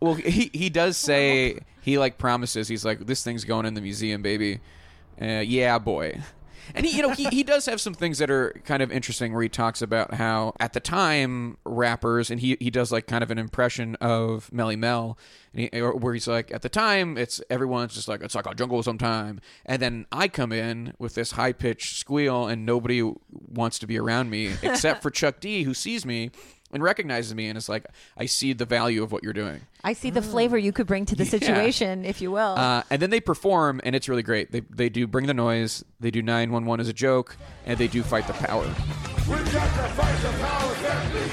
Speaker 1: Well, he he does say he like promises. He's like, this thing's going in the museum, baby. Uh, yeah, boy. And he, you know, he, he does have some things that are kind of interesting where he talks about how at the time rappers and he, he does like kind of an impression of Melly Mel and he, or where he's like at the time it's everyone's just like it's like a jungle sometime and then I come in with this high pitched squeal and nobody wants to be around me except for Chuck D who sees me and recognizes me and is like I see the value of what you're doing.
Speaker 2: I see the flavor you could bring to the
Speaker 1: Yeah.
Speaker 2: situation, if you will.
Speaker 1: Uh, and then they perform, and it's really great. They, they do bring the noise, they do 911 as a joke, and they do fight the power.
Speaker 5: We got to fight the power technique.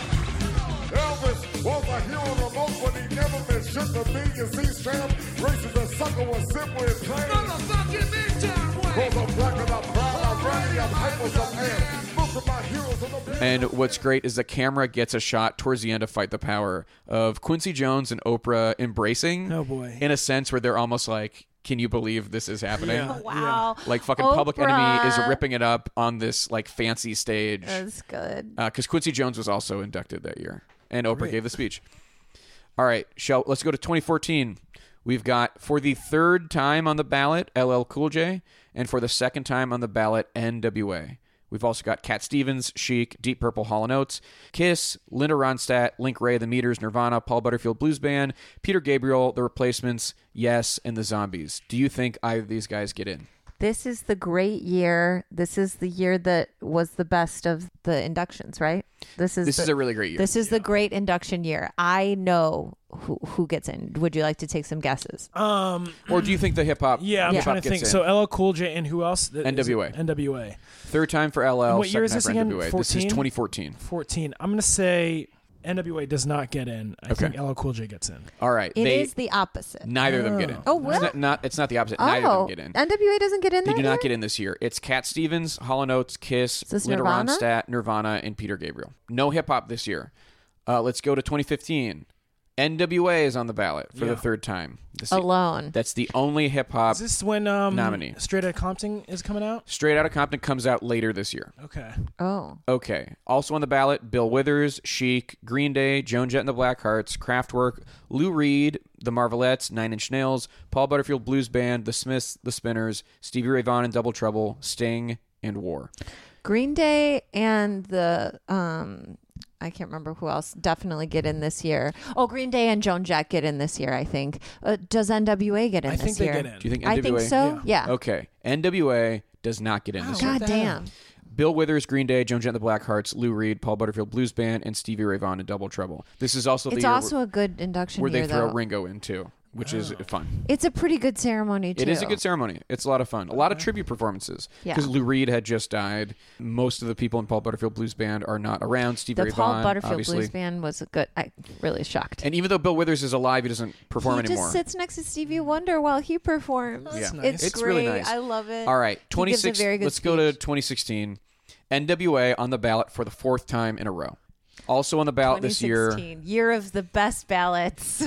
Speaker 5: Elvis was a hero of most, but he never been shook to be. You see, Sam, races a sucker was simple and plain. Cause I'm black and I'm proud, I'm ready, I'm hyper, I'm am. Most of my heroes are the
Speaker 1: And what's great is the camera gets a shot towards the end of Fight the Power of Quincy Jones and Oprah embracing.
Speaker 3: Oh, boy.
Speaker 1: In a sense where they're almost like, can you believe this is happening?
Speaker 3: Yeah.
Speaker 2: Oh, wow.
Speaker 1: Like fucking Public Enemy is ripping it up on this like fancy stage.
Speaker 2: That's good.
Speaker 1: because Uh, Quincy Jones was also inducted that year, and Oprah gave the speech. All right, shall let's go to 2014. We've got for the third time on the ballot LL Cool J, and for the second time on the ballot NWA. We've also got Cat Stevens, Chic, Deep Purple, Hall and Oates, Kiss, Linda Ronstadt, Link Ray, The Meters, Nirvana, Paul Butterfield Blues Band, Peter Gabriel, The Replacements, Yes, and The Zombies. Do you think either of these guys get in?
Speaker 2: This is the great year. This is the year that was the best of the inductions, right? This is
Speaker 1: This
Speaker 2: the,
Speaker 1: is a really great year.
Speaker 2: This is the great induction year. I know who who gets in. Would you like to take some guesses?
Speaker 3: Um,
Speaker 1: or do you think the hip hop?
Speaker 3: yeah, I'm
Speaker 1: hip-hop
Speaker 3: trying to
Speaker 1: gets
Speaker 3: think.
Speaker 1: in?
Speaker 3: So LL Cool J and who else? That- is it
Speaker 1: NWA.
Speaker 3: NWA.
Speaker 1: Third time for LL.
Speaker 3: And what year
Speaker 1: second
Speaker 3: is
Speaker 1: time
Speaker 3: this
Speaker 1: for
Speaker 3: again?
Speaker 1: NWA. This is
Speaker 3: 14?
Speaker 1: 2014.
Speaker 3: 14. I'm going to say NWA does not get in. I
Speaker 1: Okay.
Speaker 3: think LL Cool J gets in.
Speaker 1: All right.
Speaker 2: It is
Speaker 1: they,
Speaker 2: the opposite.
Speaker 1: neither of them get in.
Speaker 2: Oh, what?
Speaker 1: It's not, not- it's not the opposite.
Speaker 2: oh,
Speaker 1: Neither of them get in.
Speaker 2: NWA doesn't get in.
Speaker 1: They
Speaker 2: that
Speaker 1: do
Speaker 2: year?
Speaker 1: not get in this year. It's Cat Stevens, Hall & Oates, Kiss,
Speaker 2: this
Speaker 1: Linda
Speaker 2: Nirvana?
Speaker 1: Ronstadt, Nirvana, and Peter Gabriel. No hip hop this year. Uh, let's go to 2015. NWA is on the ballot for the third time. This
Speaker 2: alone.
Speaker 1: That's the only hip hop.
Speaker 3: Is this when um,
Speaker 1: Nominee.
Speaker 3: Straight Outta Compton is coming out?
Speaker 1: Straight Outta Compton comes out later this year.
Speaker 3: Okay.
Speaker 2: oh,
Speaker 1: Okay. Also on the ballot, Bill Withers, Chic, Green Day, Joan Jett and the Blackhearts, Kraftwerk, Lou Reed, The Marvelettes, Nine Inch Nails, Paul Butterfield Blues Band, The Smiths, The Spinners, Stevie Ray Vaughan and Double Trouble, Sting, and War.
Speaker 2: Green Day and the um, I can't remember who else definitely get in this year. Oh, Green Day and Joan Jett get in this year. I think. Uh, does NWA get in
Speaker 3: I
Speaker 2: this
Speaker 3: think they
Speaker 2: year?
Speaker 3: get in.
Speaker 1: Do you think NWA?
Speaker 2: I think so. Yeah.
Speaker 1: Okay. NWA does not get in this year.
Speaker 2: God damn.
Speaker 1: Bill Withers, Green Day, Joan Jett and the Blackhearts, Lou Reed, Paul Butterfield Blues Band, and Stevie Ray Vaughan and Double Trouble. This is also the
Speaker 2: It's
Speaker 1: year
Speaker 2: also a good induction
Speaker 1: where
Speaker 2: year,
Speaker 1: they throw
Speaker 2: though.
Speaker 1: Ringo in too, which is fun.
Speaker 2: It's a pretty good ceremony too.
Speaker 1: It is a good ceremony. It's a lot of fun. A lot of tribute performances.
Speaker 2: Yeah.
Speaker 1: Because Lou Reed had just died. Most of the people in Paul Butterfield Blues Band are not around. Stevie
Speaker 2: The
Speaker 1: Ray
Speaker 2: Paul
Speaker 1: Vaughan,
Speaker 2: Butterfield
Speaker 1: obviously.
Speaker 2: Blues Band was a good. I really shocked.
Speaker 1: And even though Bill Withers is alive, he doesn't perform
Speaker 2: he
Speaker 1: anymore.
Speaker 2: just sits next to Stevie Wonder while he performs.
Speaker 1: yeah.
Speaker 2: It's,
Speaker 1: It's
Speaker 2: great.
Speaker 1: really nice.
Speaker 2: I love it.
Speaker 1: All right,
Speaker 2: He gives a
Speaker 1: 26.
Speaker 2: very good
Speaker 1: Let's go to
Speaker 2: speech.
Speaker 1: 2016. NWA on the ballot for the fourth time in a row. Also on the ballot this year.
Speaker 2: 2016, year of the best ballots.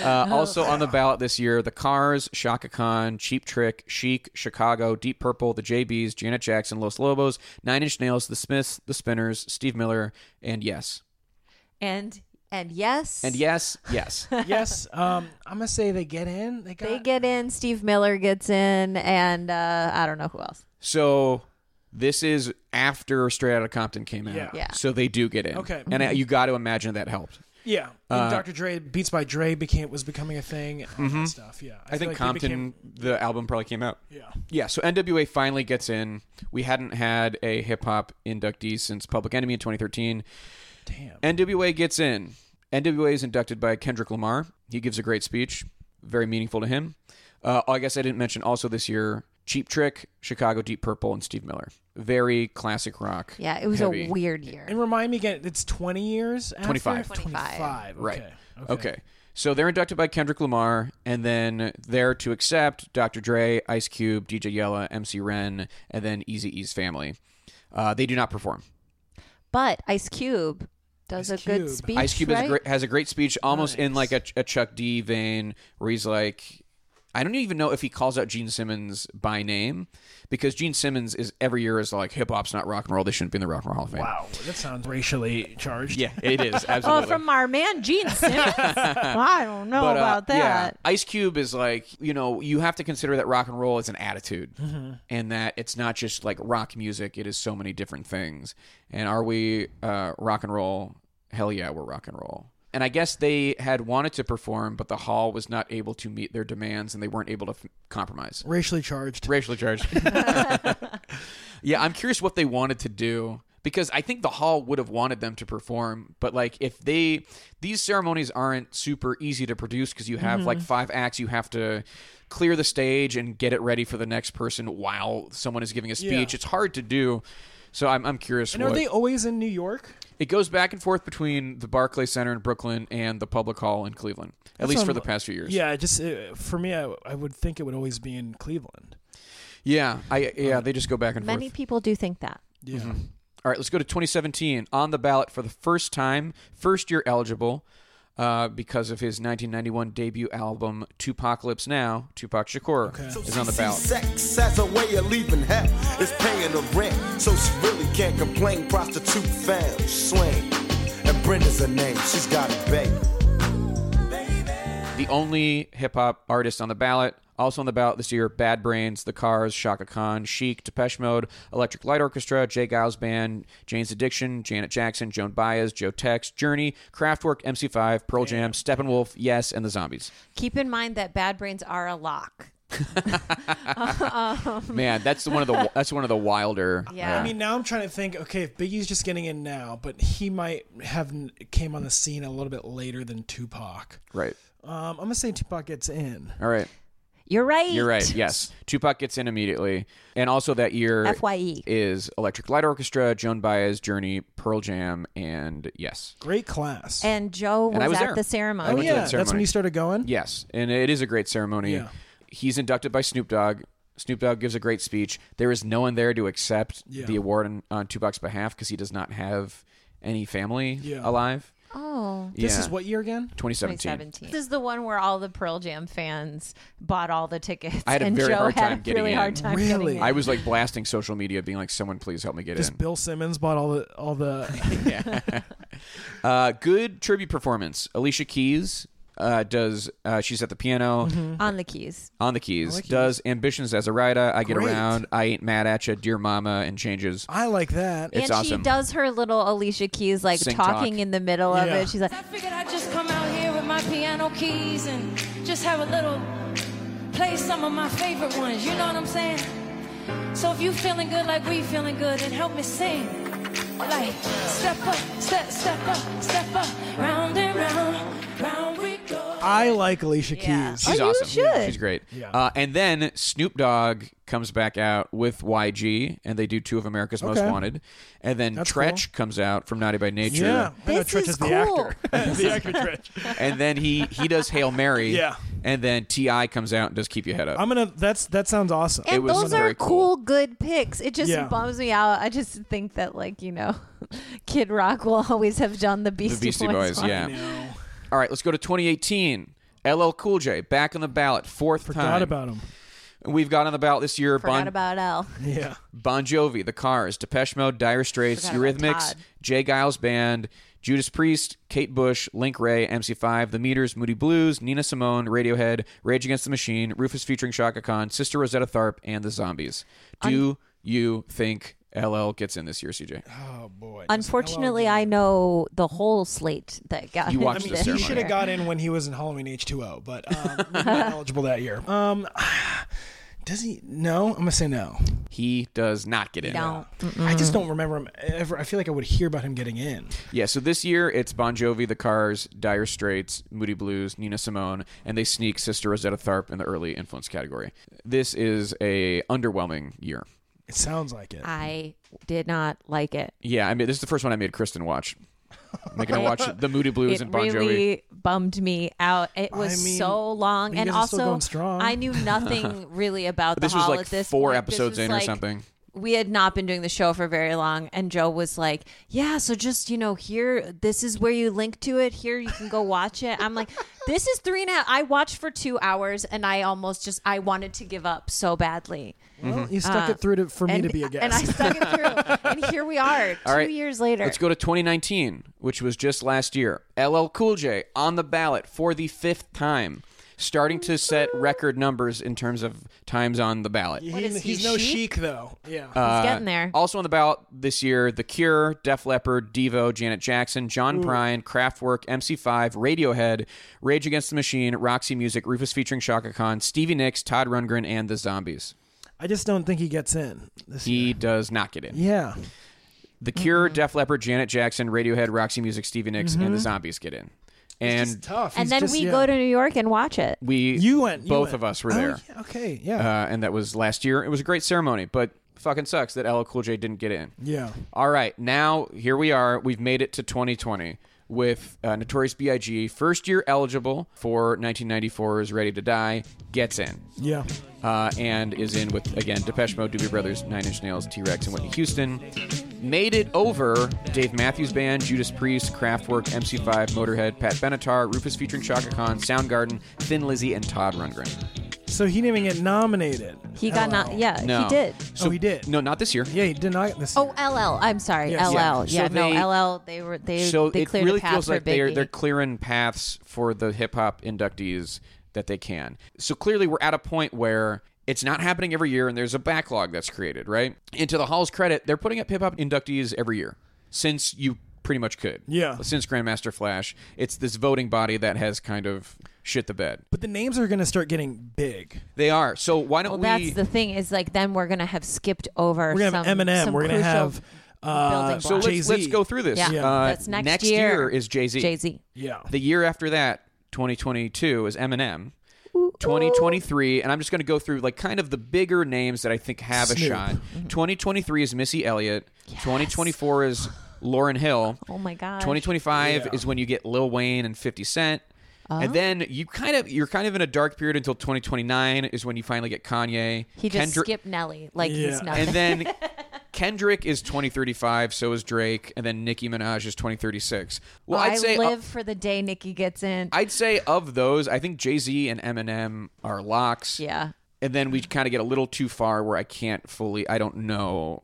Speaker 1: Uh, also on the ballot this year, The Cars, Shaka Khan, Cheap Trick, Chic, Chicago, Deep Purple, The JBs, Janet Jackson, Los Lobos, Nine Inch Nails, The Smiths, The Spinners, Steve Miller, and Yes.
Speaker 2: and and yes,
Speaker 1: And yes, yes.
Speaker 3: yes. Um, I'm going to say they get in. They got
Speaker 2: they get in. Steve Miller gets in, and uh, I don't know who else.
Speaker 1: so this is after Straight Outta Compton came out.
Speaker 3: Yeah.
Speaker 2: Yeah.
Speaker 1: So they do get in.
Speaker 3: Okay.
Speaker 1: And I, you got to imagine that helped.
Speaker 3: Yeah, and
Speaker 1: Uh,
Speaker 3: Dr. Dre, Beats by Dre became was becoming a thing. all that stuff. Yeah,
Speaker 1: Mm-hmm. I,
Speaker 3: feel
Speaker 1: think
Speaker 3: like he
Speaker 1: Compton,
Speaker 3: became-
Speaker 1: the album probably came out.
Speaker 3: yeah,
Speaker 1: Yeah, so NWA finally gets in. We hadn't had a hip hop inductee since Public Enemy in 2013.
Speaker 3: Damn.
Speaker 1: NWA gets in. NWA is inducted by Kendrick Lamar. He gives a great speech, very meaningful to him. Uh, I guess I didn't mention also this year Cheap Trick, Chicago Deep Purple, and Steve Miller. Very classic rock.
Speaker 2: Yeah, it was
Speaker 1: heavy.
Speaker 2: a weird year.
Speaker 3: And remind me again, it's 20 years after?
Speaker 1: 25.
Speaker 3: 25. Okay.
Speaker 1: Right.
Speaker 3: Okay.
Speaker 1: Okay. So they're inducted by Kendrick Lamar, and then there to accept Dr. Dre, Ice Cube, DJ Yella, MC Ren, and then Easy E's family. Uh, they do not perform.
Speaker 2: But Ice Cube does
Speaker 3: Ice
Speaker 2: a
Speaker 3: Cube.
Speaker 2: good speech.
Speaker 1: Ice Cube has,
Speaker 2: right?
Speaker 1: a great, has a great speech, almost in like a, a Chuck D vein, where he's like, I don't even know if he calls out Gene Simmons by name, because Gene Simmons is every year is like hip hop's not rock and roll. They shouldn't be in the Rock and Roll Hall of Fame.
Speaker 3: Wow. That sounds racially charged.
Speaker 1: Yeah, it is
Speaker 2: Oh,
Speaker 1: absolutely.
Speaker 2: from our man Gene Simmons. I don't know
Speaker 1: But, uh,
Speaker 2: about that.
Speaker 1: Yeah, Ice Cube is like, you know, you have to consider that rock and roll is an attitude and that it's not just like rock music, it is so many different things. And are we uh, rock and roll? Hell yeah, we're rock and roll. And I guess they had wanted to perform, but the hall was not able to meet their demands and they weren't able to f- compromise.
Speaker 3: Racially charged.
Speaker 1: Racially charged. yeah, I'm curious what they wanted to do because I think the hall would have wanted them to perform, but like if they these ceremonies aren't super easy to produce because you have
Speaker 3: Mm-hmm.
Speaker 1: like five acts, you have to clear the stage and get it ready for the next person while someone is giving a speech. It's hard to do. So I'm, I'm curious.
Speaker 3: And
Speaker 1: what,
Speaker 3: are they always in New York?
Speaker 1: It goes back and forth between the Barclay Center in Brooklyn and the Public Hall in Cleveland, at
Speaker 3: That's
Speaker 1: least
Speaker 3: what
Speaker 1: for
Speaker 3: I'm-
Speaker 1: the past few years.
Speaker 3: Yeah, just uh, for me, I, I would think it would always be in Cleveland.
Speaker 1: yeah, I yeah. They just go back and forth.
Speaker 2: Many people do think that.
Speaker 3: Yeah.
Speaker 1: Mm-hmm. All right, let's go to 2017. On the ballot for the first time, first year eligible, uh, because of his 1991 debut album Tupacalypse Now, Tupac Shakur is on the ballot.
Speaker 5: Sex as a way of leaving hell. It's paying the rent, so she really can't complain. Prostitute found, slang. And Brenda's her name, she's got a baby.
Speaker 1: The only hip hop artist on the ballot. Also on the ballot this year, Bad Brains, The Cars, Shaka Khan, Chic, Depeche Mode, Electric Light Orchestra, Jay Giles Band, Jane's Addiction, Janet Jackson, Joan Baez, Joe Tex, Journey, Kraftwerk, MC5, Pearl Jam, Steppenwolf, Yes, and The Zombies.
Speaker 2: Keep in mind that bad brains are a lock.
Speaker 1: Man, that's one of the that's one of the wilder.
Speaker 2: Yeah.
Speaker 3: I mean, now I'm trying to think. Okay, if Biggie's just getting in now, but he might have n- came on the scene a little bit later than Tupac.
Speaker 1: right.
Speaker 3: Um, I'm gonna say Tupac gets in.
Speaker 1: All right.
Speaker 2: You're right.
Speaker 1: You're right. Yes, Tupac gets in immediately, and also that year
Speaker 2: FYE.
Speaker 1: is Electric Light Orchestra, Joan Baez, Journey, Pearl Jam, and yes,
Speaker 3: Great class.
Speaker 2: And Joe was,
Speaker 1: And I was
Speaker 2: at
Speaker 1: there. I
Speaker 2: the
Speaker 3: oh
Speaker 2: ceremony.
Speaker 1: went to
Speaker 3: yeah,
Speaker 1: that
Speaker 3: that's when
Speaker 1: ceremony.
Speaker 3: you started going.
Speaker 1: yes, and it is a great ceremony.
Speaker 3: Yeah.
Speaker 1: He's inducted by Snoop Dogg. Snoop Dogg gives a great speech. There is no one there to accept
Speaker 3: Yeah.
Speaker 1: the award on, on Tupac's behalf because he does not have any family
Speaker 3: Yeah.
Speaker 1: alive.
Speaker 2: Oh.
Speaker 3: This
Speaker 1: Yeah.
Speaker 3: is what year again?
Speaker 1: 2017.
Speaker 2: 2017. This is the one where all the Pearl Jam fans bought all the tickets.
Speaker 1: I had a
Speaker 2: and
Speaker 1: very
Speaker 2: Joe
Speaker 1: hard
Speaker 2: had
Speaker 1: time
Speaker 2: a
Speaker 1: getting
Speaker 2: really
Speaker 1: in.
Speaker 2: hard time
Speaker 3: Really?
Speaker 2: getting in.
Speaker 1: I was like blasting social media, being like, "Someone please help me get
Speaker 3: Just
Speaker 1: in."
Speaker 3: Bill Simmons bought all the all the.
Speaker 1: Uh, good tribute performance. Alicia Keys uh, does. Uh, she's at the piano
Speaker 3: Mm-hmm.
Speaker 2: on the keys.
Speaker 1: on the keys. Does ambitions as a writer. I get
Speaker 3: Great.
Speaker 1: around. I ain't mad at you, dear mama, and changes.
Speaker 3: I like that.
Speaker 1: It's
Speaker 2: and
Speaker 1: awesome.
Speaker 2: she does her little Alicia Keys like
Speaker 1: Sing
Speaker 2: talking
Speaker 1: talk.
Speaker 2: in the middle of
Speaker 3: Yeah.
Speaker 2: it. She's like,
Speaker 7: I figured I'd just come out here with my piano keys and just have a little play some of my favorite ones. You know what I'm saying? So if you feeling good like we feeling good, then help me sing. Like step up, step, step up, step up, round and round, round we go.
Speaker 3: I like Alicia
Speaker 2: Yeah.
Speaker 3: Keys.
Speaker 2: Oh,
Speaker 1: She's
Speaker 2: you
Speaker 1: awesome.
Speaker 2: should.
Speaker 1: She's great.
Speaker 3: Yeah.
Speaker 1: Uh, and then Snoop Dogg comes back out with YG, and they do two of America's Most
Speaker 3: Okay.
Speaker 1: Wanted. And then
Speaker 3: That's
Speaker 1: Tretch comes out from Naughty by Nature.
Speaker 3: Yeah, I know
Speaker 2: This
Speaker 3: Tretch
Speaker 2: is
Speaker 3: the
Speaker 2: cool.
Speaker 3: actor. the actor Tretch.
Speaker 1: And then he he does Hail Mary.
Speaker 3: Yeah.
Speaker 1: And then Ti comes out and does Keep Your Head Up.
Speaker 3: I'm gonna. That's that sounds awesome.
Speaker 2: and
Speaker 1: was
Speaker 2: those
Speaker 1: very
Speaker 2: are
Speaker 1: cool.
Speaker 2: cool, good picks. It just
Speaker 3: Yeah.
Speaker 2: bums me out. I just think that, like, you know, Kid Rock will always have done the
Speaker 1: the
Speaker 2: Beastie,
Speaker 1: Beastie
Speaker 2: Boys.
Speaker 1: Boys.
Speaker 2: one.
Speaker 1: yeah. All right, let's go to 2018. LL Cool J back on the ballot, fourth
Speaker 3: Forgot
Speaker 1: time.
Speaker 3: about him.
Speaker 1: We've got on the ballot this year.
Speaker 2: Forgot
Speaker 1: Bon,
Speaker 2: about L.
Speaker 3: Yeah.
Speaker 1: bon Jovi, The Cars, Depeche Mode, Dire Straits,
Speaker 2: Forgot about
Speaker 1: Eurythmics,
Speaker 2: Todd.
Speaker 1: Jay Giles Band, Judas Priest, Kate Bush, Link Ray, MC5, The Meters, Moody Blues, Nina Simone, Radiohead, Rage Against the Machine, Rufus featuring Shaka Khan, Sister Rosetta Tharp, and The Zombies. Do you think LL gets in this year, CJ?
Speaker 2: Unfortunately, I know the whole slate that got
Speaker 1: You
Speaker 2: him
Speaker 1: watched the
Speaker 2: this
Speaker 3: He
Speaker 1: ceremony.
Speaker 2: year.
Speaker 3: should have got in when he was in Halloween H2O, but um, not eligible that year. Um, Does he? No, I'm gonna say no.
Speaker 1: He does not get in.
Speaker 2: Don't.
Speaker 3: I just don't remember him ever. I feel like I would hear about him getting in.
Speaker 1: Yeah, so this year it's Bon Jovi, The Cars, Dire Straits, Moody Blues, Nina Simone, and they sneak Sister Rosetta Tharpe in the early influence category. This is a underwhelming year.
Speaker 3: It sounds like it.
Speaker 2: I did not like it.
Speaker 1: Yeah, I mean this is the first one I made Kristen watch. Making her watch the Moody Blues
Speaker 2: it
Speaker 1: and Bon Jovi.
Speaker 2: really bummed me out. It was
Speaker 3: I mean,
Speaker 2: so long,
Speaker 3: you
Speaker 2: and
Speaker 3: guys are still
Speaker 2: also
Speaker 3: going strong.
Speaker 2: I knew nothing really about the
Speaker 1: This was
Speaker 2: hall
Speaker 1: like
Speaker 2: at this
Speaker 1: four
Speaker 2: point. This
Speaker 1: episodes
Speaker 2: was
Speaker 1: in or
Speaker 2: like-
Speaker 1: something.
Speaker 2: We had not been doing the show for very long, and Joe was like, "Yeah, so just you know, here this is where you link to it. Here you can go watch it." I'm like, "This is three and a half." I watched for two hours, and I almost just I wanted to give up so badly.
Speaker 3: Well,
Speaker 1: Mm-hmm.
Speaker 3: you stuck it through to, for me
Speaker 2: Ah. and,
Speaker 3: to be a guest.
Speaker 2: and I stuck it through, and here we are, two
Speaker 1: All right,
Speaker 2: years later.
Speaker 1: Let's go to 2019, which was just last year. LL Cool J on the ballot for the fifth time, starting to set record numbers in terms of times on the ballot.
Speaker 3: He-
Speaker 2: What is he,
Speaker 3: he's no
Speaker 2: chic?
Speaker 3: chic though. Yeah.
Speaker 1: Uh,
Speaker 2: He's getting there.
Speaker 1: Also on the ballot this year, The Cure, Def Leppard, Devo, Janet Jackson, John Prine, Kraftwerk, MC5, Radiohead, Rage Against the Machine, Roxy Music, Rufus featuring Shaka Khan, Stevie Nicks, Todd Rundgren, and The Zombies.
Speaker 3: I just don't think he gets in. This
Speaker 1: He does not get in.
Speaker 3: year. Yeah. Mm-hmm.
Speaker 1: The Cure, Def Leppard, Janet Jackson, Radiohead, Roxy Music, Stevie Nicks, and The Zombies get in. And
Speaker 3: It's tough.
Speaker 2: and
Speaker 3: Oh, He's
Speaker 2: then
Speaker 3: just-
Speaker 2: we
Speaker 3: yeah.
Speaker 2: go to New York and watch it.
Speaker 1: we
Speaker 3: You went. you
Speaker 1: both
Speaker 3: went.
Speaker 1: of us were
Speaker 3: Oh,
Speaker 1: there
Speaker 3: yeah, okay. Yeah.
Speaker 1: uh, and that was last year it was a great ceremony but fucking sucks that LL Cool J didn't get in
Speaker 3: yeah.
Speaker 1: all right now here we are we've made it to 2020 with uh, Notorious B.I.G. first year eligible for 1994 is Ready to Die gets in
Speaker 3: Yeah.
Speaker 1: uh, and is in with again Depeche Mode, Doobie Brothers, Nine Inch Nails, T Rex, and Whitney Houston. Made it over Dave Matthews Band, Judas Priest, Kraftwerk, MC5, Motorhead, Pat Benatar, Rufus featuring Chaka Khan, Soundgarden, Thin Lizzy, and Todd Rundgren.
Speaker 3: So he didn't even get nominated.
Speaker 2: He got
Speaker 3: Hello.
Speaker 2: not. Yeah,
Speaker 1: No.
Speaker 2: he did.
Speaker 3: oh, he did.
Speaker 1: No, not this year.
Speaker 3: Yeah, he did not. This
Speaker 2: Oh, LL. I'm sorry,
Speaker 3: Yes.
Speaker 2: LL.
Speaker 1: Yeah.
Speaker 2: Yeah,
Speaker 1: So
Speaker 2: no,
Speaker 1: they-
Speaker 2: LL. They were they.
Speaker 1: so
Speaker 2: they
Speaker 1: it
Speaker 2: cleared
Speaker 1: really
Speaker 2: a path
Speaker 1: feels
Speaker 2: for
Speaker 1: like they're
Speaker 2: Biggie.
Speaker 1: they're clearing paths for the hip hop inductees that they can. So clearly, we're at a point where it's not happening every year, and there's a backlog that's created. Right? And to the hall's credit, they're putting up hip hop inductees every year since you pretty much could.
Speaker 3: Yeah.
Speaker 1: Since Grandmaster Flash, it's this voting body that has kind of shit the bed.
Speaker 3: But the names are going to start getting big.
Speaker 1: They are. So why
Speaker 2: Well,
Speaker 1: don't we?
Speaker 2: that's the thing is like then we're gonna have skipped over.
Speaker 3: We're
Speaker 2: some,
Speaker 3: gonna have Eminem.
Speaker 2: some
Speaker 3: We're gonna
Speaker 2: crucial
Speaker 3: have uh,
Speaker 2: building
Speaker 3: so
Speaker 1: so
Speaker 2: blocks.
Speaker 3: Jay
Speaker 1: let's,
Speaker 3: Z.
Speaker 1: let's go through this.
Speaker 2: Yeah,
Speaker 3: Yeah.
Speaker 1: Uh,
Speaker 2: that's next, year.
Speaker 1: is Jay Z.
Speaker 2: Jay Z.
Speaker 3: Yeah.
Speaker 1: The year after that, 2022, is Eminem.
Speaker 2: oh.
Speaker 1: 2023, and I'm just going to go through like kind of the bigger names that I think have a
Speaker 3: Snoop.
Speaker 1: shot.
Speaker 2: Mm-hmm.
Speaker 1: 2023 is Missy Elliott. 2024 is Lauren Hill.
Speaker 2: Oh my gosh.
Speaker 1: 2025 is when you get Lil Wayne and 50 Cent.
Speaker 2: Oh.
Speaker 1: And then you kind of you're kind of in a dark period until 2029 is when you finally get Kanye.
Speaker 2: He just
Speaker 1: Kendrick-
Speaker 2: skipped Nelly like
Speaker 3: Yeah.
Speaker 2: he's nothing.
Speaker 1: and then Kendrick is 2035, so is Drake, and then Nicki Minaj is 2036. Well,
Speaker 2: Oh, I
Speaker 1: I'd say uh,
Speaker 2: live for the day Nikki gets in.
Speaker 1: I'd say of those, I think Jay Z and Eminem are locks.
Speaker 2: yeah.
Speaker 1: And then we kind of get a little too far where I can't fully, I don't know.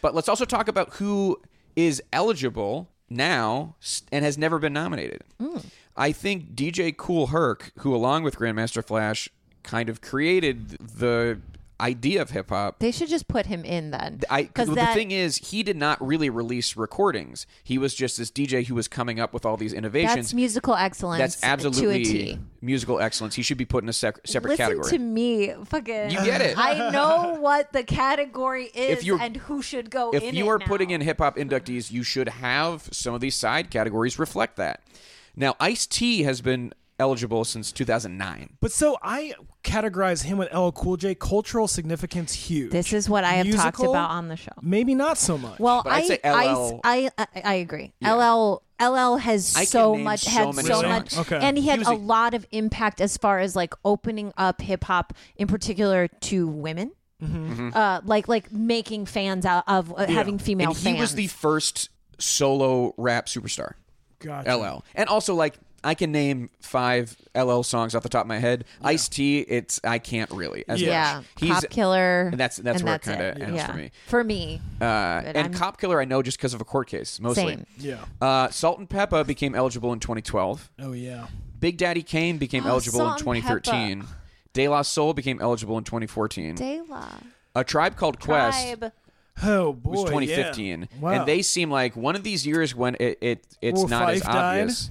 Speaker 1: But let's also talk about who is eligible now s- and has never been nominated.
Speaker 2: Mm.
Speaker 1: I think DJ Cool Herc, who along with Grandmaster Flash kind of created the idea of hip hop,
Speaker 2: They should just put him in then.
Speaker 1: I cause
Speaker 2: because
Speaker 1: the thing is, he did not really release recordings. He was just this DJ who was coming up with all these innovations.
Speaker 2: that's musical excellence.
Speaker 1: That's
Speaker 2: to a
Speaker 1: absolutely
Speaker 2: T.
Speaker 1: musical excellence. He should be put in a sec- separate
Speaker 2: Listen
Speaker 1: category.
Speaker 2: to me, fucking.
Speaker 1: You get it.
Speaker 2: I know what the category is
Speaker 1: you're-
Speaker 2: and who should go
Speaker 1: if
Speaker 2: in
Speaker 1: you
Speaker 2: it
Speaker 1: are
Speaker 2: now.
Speaker 1: putting in hip hop inductees, you should have some of these side categories reflect that. Now, Ice T has been eligible since 2009.
Speaker 3: But so I categorize him with LL Cool J. Cultural significance huge.
Speaker 2: This is what I have talked
Speaker 3: Musical,
Speaker 2: about on the show.
Speaker 3: Maybe not so much.
Speaker 2: Well,
Speaker 1: But
Speaker 2: I,
Speaker 1: I'd say
Speaker 2: I-
Speaker 1: LL.
Speaker 2: I, I, I agree. LL LL has
Speaker 1: I can
Speaker 2: so
Speaker 1: name
Speaker 2: much
Speaker 1: so
Speaker 2: had
Speaker 1: many
Speaker 2: so
Speaker 1: songs.
Speaker 2: much,
Speaker 3: Okay.
Speaker 2: and he had
Speaker 1: was
Speaker 2: a
Speaker 1: a-
Speaker 2: lot of impact as far as like opening up hip hop, in particular to women.
Speaker 1: Mm-hmm.
Speaker 2: Uh, like like making fans out of uh, having female
Speaker 1: and he
Speaker 2: fans.
Speaker 1: was the first solo rap superstar.
Speaker 3: Gotcha.
Speaker 1: LL. And also, like, I can name five LL songs off the top of my head. Ice T, it's I can't really. As
Speaker 2: yeah,
Speaker 1: much. He's,
Speaker 2: pop killer.
Speaker 1: And that's that's
Speaker 2: and
Speaker 1: where it
Speaker 2: it.
Speaker 1: kind of ends
Speaker 2: yeah.
Speaker 1: for me.
Speaker 2: For me,
Speaker 1: Uh,
Speaker 2: But
Speaker 1: and
Speaker 2: I'm-
Speaker 1: Cop Killer, I know just because of a court case, mostly.
Speaker 2: Same.
Speaker 3: Yeah.
Speaker 1: Uh, Salt and Peppa became eligible in 2012.
Speaker 3: Oh yeah.
Speaker 1: Big Daddy Kane became
Speaker 2: Oh,
Speaker 1: eligible in
Speaker 2: Salt and
Speaker 1: 2013. De La Soul became eligible in 2014.
Speaker 2: De La
Speaker 1: a Tribe Called Quest
Speaker 2: Tribe.
Speaker 3: Oh boy.
Speaker 1: was
Speaker 3: yeah.
Speaker 1: 2015,
Speaker 3: Wow.
Speaker 1: and they seem like one of these years when it, it it's
Speaker 3: Well,
Speaker 1: not as
Speaker 3: Fife died.
Speaker 1: obvious.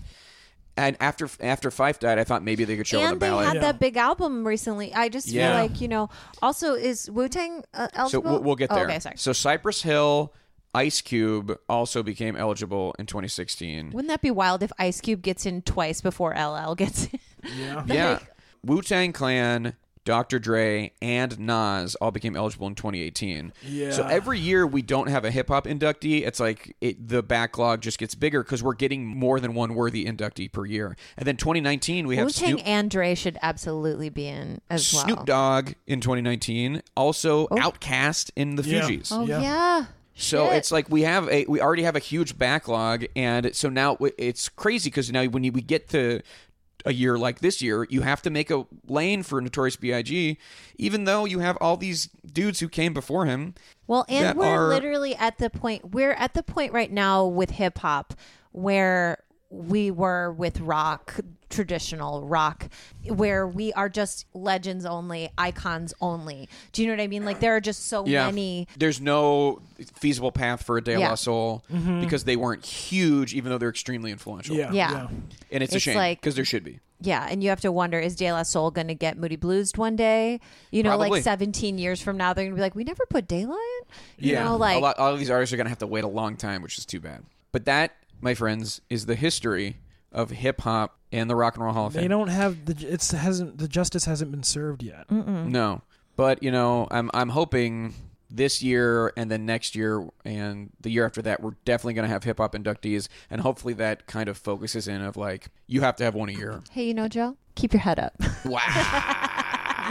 Speaker 1: and after after Fife died, I thought maybe they could show it on a
Speaker 2: and they
Speaker 1: ballad.
Speaker 2: had that big album recently. I just
Speaker 1: Yeah.
Speaker 2: feel like you know. Also, is Wu Tang uh,
Speaker 1: so
Speaker 2: eligible?
Speaker 1: we'll, we'll get
Speaker 2: Oh,
Speaker 1: there.
Speaker 2: okay, sorry.
Speaker 1: So Cypress Hill, Ice Cube also became eligible in 2016.
Speaker 2: Wouldn't that be wild if Ice Cube gets in twice before LL gets in? Yeah.
Speaker 1: yeah, Wu Tang Clan. Dr. Dre and Nas all became eligible in 2018. Yeah. So every year we don't have a hip hop inductee. It's like it, the backlog just gets bigger because we're getting more than one worthy inductee per year. And then 2019 we have
Speaker 2: Wu Tang
Speaker 1: Snoop
Speaker 2: and Dre should absolutely be in as well.
Speaker 1: Snoop Dogg in 2019, also Outcast in the Fugees.
Speaker 2: Oh yeah.
Speaker 3: Yeah.
Speaker 1: So
Speaker 2: Shit.
Speaker 1: it's like we have a we already have a huge backlog, and so now w- it's crazy because now when you, we get to a year like this year, you have to make a lane for Notorious B.I.G. Even though you have all these dudes who came before him.
Speaker 2: Well,
Speaker 1: that
Speaker 2: and we're
Speaker 1: are-
Speaker 2: literally at the point we're at the point right now with hip hop where we were with rock, traditional rock, where we are just legends only, icons only. Do you know what I mean? Like there are just so
Speaker 1: Yeah,
Speaker 2: many.
Speaker 1: there's no feasible path for a De La
Speaker 2: Yeah. Mm-hmm.
Speaker 1: Soul because they weren't huge, even though they're extremely influential.
Speaker 3: Yeah.
Speaker 2: Yeah.
Speaker 3: Yeah.
Speaker 1: and it's, a
Speaker 2: It's
Speaker 1: shame
Speaker 2: like-
Speaker 1: because there should be.
Speaker 2: Yeah, and you have to wonder is De La Soul going to get Moody Blues one day? You know,
Speaker 1: Probably.
Speaker 2: like 17 years from now, they're going to be like, we never put De La in? You
Speaker 1: a
Speaker 2: know, like,
Speaker 1: lot, all of these artists are going to have to wait a long time, which is too bad. But that, my friends, is the history of hip hop and the Rock and Roll Hall of Fame.
Speaker 3: They don't have the it's hasn't the justice hasn't been served yet.
Speaker 1: No, but you know, I'm I'm hoping this year and then next year and the year after that, we're definitely going to have hip hop inductees, and hopefully that kind of focuses in of like you have to have one a year.
Speaker 2: hey, you know, Joe, keep your head up.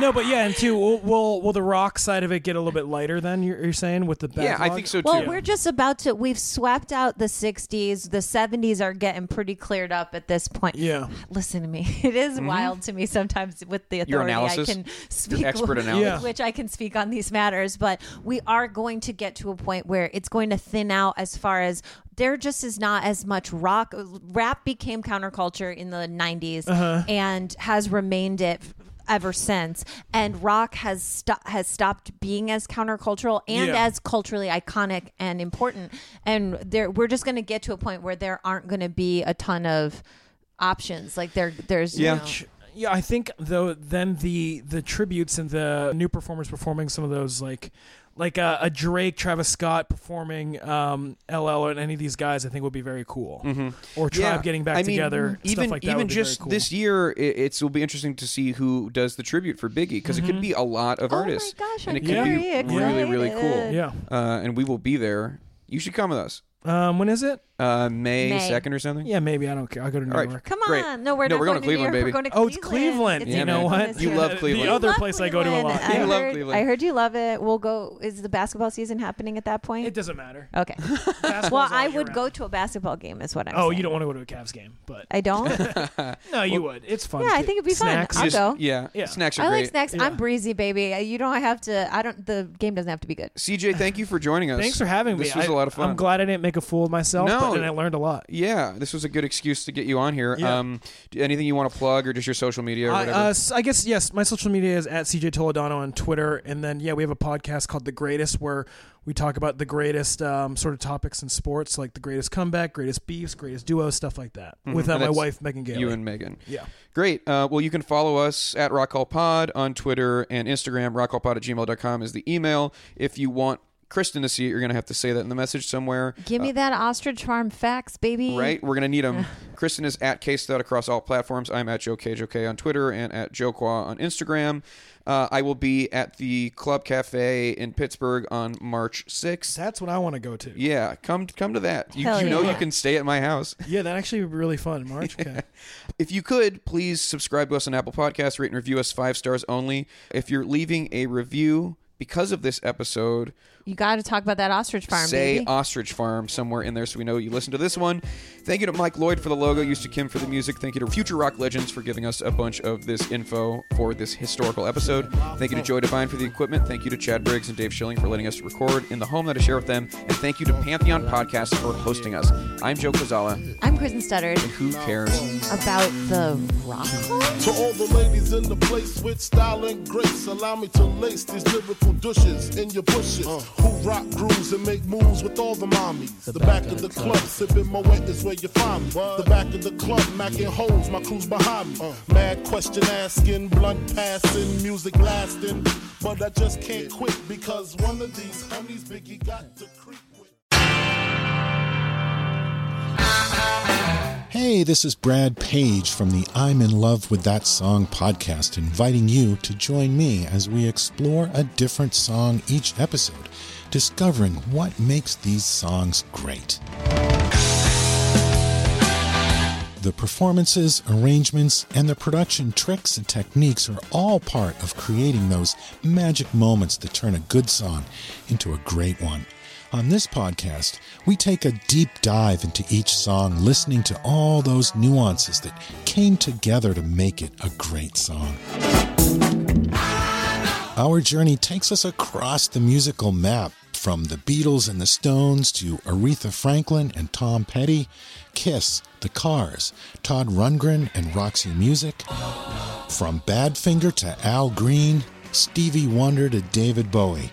Speaker 3: No, but yeah, and two, will, will will the rock side of it get a little bit lighter? Then you're, you're saying with the
Speaker 1: yeah, I
Speaker 3: backlog?
Speaker 1: think so too.
Speaker 2: Well, we're just about to. We've swept out the 60s. The 70s are getting pretty cleared up at this point.
Speaker 3: Yeah. Mm-hmm.
Speaker 2: Listen to me. It is wild to me sometimes with the
Speaker 1: Your
Speaker 2: authority I
Speaker 1: analysis?
Speaker 2: can speak
Speaker 1: expert
Speaker 2: with,
Speaker 1: analysis?
Speaker 3: Yeah.
Speaker 2: with which I can speak on these matters, but we are going to get to a point where it's going to thin out as far as there just is not as much rock. Rap became counterculture in the 90s
Speaker 3: Uh-huh.
Speaker 2: and has remained it ever since and rock has sto- has stopped being as countercultural and
Speaker 3: Yeah.
Speaker 2: as culturally iconic and important and there we're just going to get to a point where there aren't going to be a ton of options like there there's you
Speaker 1: Yeah.
Speaker 2: know-
Speaker 3: Yeah, I think though then the the tributes and the new performers performing some of those like like uh, a Drake, Travis Scott performing um, LL and any of these guys, I think would be very cool. Or Tribe getting back
Speaker 1: Mm-hmm. I mean,
Speaker 3: together,
Speaker 1: Even
Speaker 3: stuff like that.
Speaker 1: even
Speaker 3: would be very
Speaker 1: just
Speaker 3: cool.
Speaker 1: this year, it, it's will be interesting to see who does the tribute for Biggie because it could
Speaker 3: Mm-hmm.
Speaker 1: be a lot of
Speaker 2: Oh my
Speaker 1: artists,
Speaker 2: gosh,
Speaker 1: and it
Speaker 2: I'm
Speaker 1: could be
Speaker 2: very
Speaker 1: really really cool.
Speaker 2: excited.
Speaker 3: Yeah.
Speaker 1: uh, and we will be there. You should come with us.
Speaker 3: Um, when is it?
Speaker 1: Uh, May
Speaker 2: May.
Speaker 1: second or something.
Speaker 3: Yeah, maybe I don't care. I'll go to New
Speaker 1: All right.
Speaker 3: York.
Speaker 2: Come
Speaker 1: Great.
Speaker 2: on. No, we're
Speaker 1: No,
Speaker 2: not
Speaker 1: we're going to
Speaker 2: New
Speaker 1: Cleveland,
Speaker 2: York.
Speaker 1: baby.
Speaker 2: We're going to
Speaker 3: Oh, it's
Speaker 2: Cleveland.
Speaker 3: Cleveland.
Speaker 2: It's
Speaker 3: You
Speaker 2: in
Speaker 3: know
Speaker 2: Cleveland
Speaker 3: what?
Speaker 2: this
Speaker 3: You
Speaker 2: year.
Speaker 1: love
Speaker 2: You
Speaker 1: Cleveland.
Speaker 3: The other
Speaker 2: love
Speaker 3: place I go to a lot.
Speaker 2: I
Speaker 3: You
Speaker 2: heard,
Speaker 1: love Cleveland.
Speaker 2: I heard you love it. We'll go. Is the basketball season happening at that
Speaker 3: It
Speaker 2: point?
Speaker 3: doesn't matter.
Speaker 2: Okay.
Speaker 3: Basketball's
Speaker 2: well,
Speaker 3: all
Speaker 2: I
Speaker 3: year
Speaker 2: would
Speaker 3: round.
Speaker 2: go to a basketball game. Is what I'm.
Speaker 3: Oh,
Speaker 2: saying.
Speaker 3: you don't want to go to a Cavs game, but
Speaker 2: I don't.
Speaker 3: no, you would. It's fun.
Speaker 2: Yeah, I
Speaker 3: too.
Speaker 2: think it'd be fun.
Speaker 3: Snacks.
Speaker 2: I'll
Speaker 1: Just-
Speaker 2: go.
Speaker 1: Yeah,
Speaker 3: Yeah.
Speaker 1: snacks are
Speaker 2: I
Speaker 1: great.
Speaker 2: like snacks.
Speaker 3: Yeah.
Speaker 2: I'm breezy, baby. You don't have to. I don't. The game doesn't have to be good.
Speaker 1: CJ, thank you for joining us.
Speaker 3: Thanks for having me.
Speaker 1: This was
Speaker 3: I-
Speaker 1: a lot of fun.
Speaker 3: I'm glad I didn't make a fool of myself,
Speaker 1: No.
Speaker 3: but, and I learned a lot.
Speaker 1: Yeah, this was a good excuse to get you on here.
Speaker 3: Yeah.
Speaker 1: Um, do- anything you want to plug or just your social media or
Speaker 3: I,
Speaker 1: whatever?
Speaker 3: uh, s- I guess yes. My social media is at CJ Toledano on Twitter, and then yeah, we have a podcast called The Greatest where we talk about the greatest um, sort of topics in sports, like the greatest comeback, greatest beefs, greatest duos, stuff like that. With
Speaker 1: Mm-hmm.
Speaker 3: uh,
Speaker 1: And
Speaker 3: my
Speaker 1: that's
Speaker 3: wife Megan Gailey.
Speaker 1: you and Megan.
Speaker 3: yeah,
Speaker 1: Great. Uh, well, you can follow us at Rock Hall Pod on Twitter and Instagram. Rockallpod at gmail.com is the email. If you want Kristen to see it, you're going to have to say that in the message somewhere.
Speaker 2: Give me that ostrich farm facts, baby.
Speaker 1: Uh. Right? We're going to need them. Kristen is at Kstud across all platforms. I'm at Joe KJOK on Twitter and at Joqua on Instagram. Uh, I will be at the Club Cafe in Pittsburgh on March 6th.
Speaker 3: that's what I want to go to. Yeah.
Speaker 1: Yeah, come come to that. You,
Speaker 2: Hell
Speaker 1: you know
Speaker 2: yeah.
Speaker 1: you can stay at my house.
Speaker 3: that actually would be really fun. March. Okay.
Speaker 1: If you could, please subscribe to us on Apple Podcasts, rate and review us five stars only. If you're leaving a review because of this episode,
Speaker 2: You got to talk about that ostrich farm,
Speaker 1: say uh,
Speaker 2: baby.
Speaker 1: Ostrich Farm somewhere in there so we know you listened to this one. Thank you to Mike Lloyd for the logo, used to Kim for the music. Thank you to Future Rock Legends for giving us a bunch of this info for this historical episode. Thank you to Joy Divine for the equipment. Thank you to Chad Briggs and Dave Schilling for letting us record in the home that I share with them. And thank you to Pantheon Podcasts for hosting us. I'm Joe Kozala.
Speaker 2: I'm Kristen Studdard
Speaker 1: Who cares?
Speaker 2: about the rock hall.
Speaker 9: To all the ladies in the place with style and grace, allow me to lace these lyrical douches in your bushes. Who rock grooves and make moves with all the mommies. Uh. The, back, of the club, sipping my wet is where you find me. The back of the club, macking holes, my crew's behind me. Mad question asking, blunt passing, music lasting. But I just can't quit because one of these homies Biggie got to creep with.
Speaker 5: Hey, this is Brad Page from the I'm in Love with That Song podcast, inviting you to join me as we explore a different song each episode, discovering what makes these songs great. The performances, arrangements, and the production tricks and techniques are all part of creating those magic moments that turn a good song into a great one. On this podcast, we take a deep dive into each song, listening to all those nuances that came together to make it a great song. Our journey takes us across the musical map from the Beatles and the Stones to Aretha Franklin and Tom Petty, Kiss, The Cars, Todd Rundgren and Roxy Music, from Badfinger to Al Green, Stevie Wonder to David Bowie,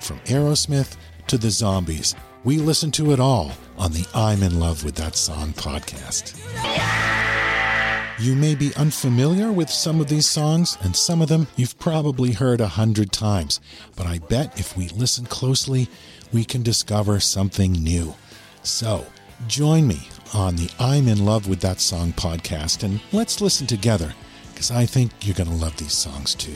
Speaker 5: from Aerosmith to the Zombies. We listen to it all on the I'm in Love with That Song podcast. You may be unfamiliar with some of these songs, and some of them you've probably heard a hundred times, but I bet if we listen closely, we can discover something new. So, join me on the I'm in Love with That Song podcast, and let's listen together, because I think you're going to love these songs too.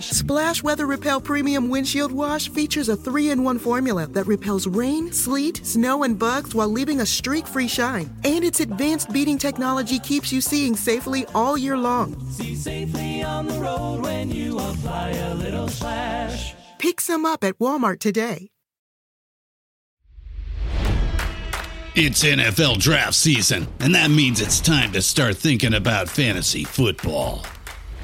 Speaker 9: Splash Weather Repel Premium Windshield Wash features a three in one formula that repels rain, sleet, snow, and bugs while leaving a streak free shine. And its advanced beading technology keeps you seeing safely all year long. See safely on the road when you apply a little splash. Pick some up at Walmart today.
Speaker 10: It's NFL draft season, and that means it's time to start thinking about fantasy football.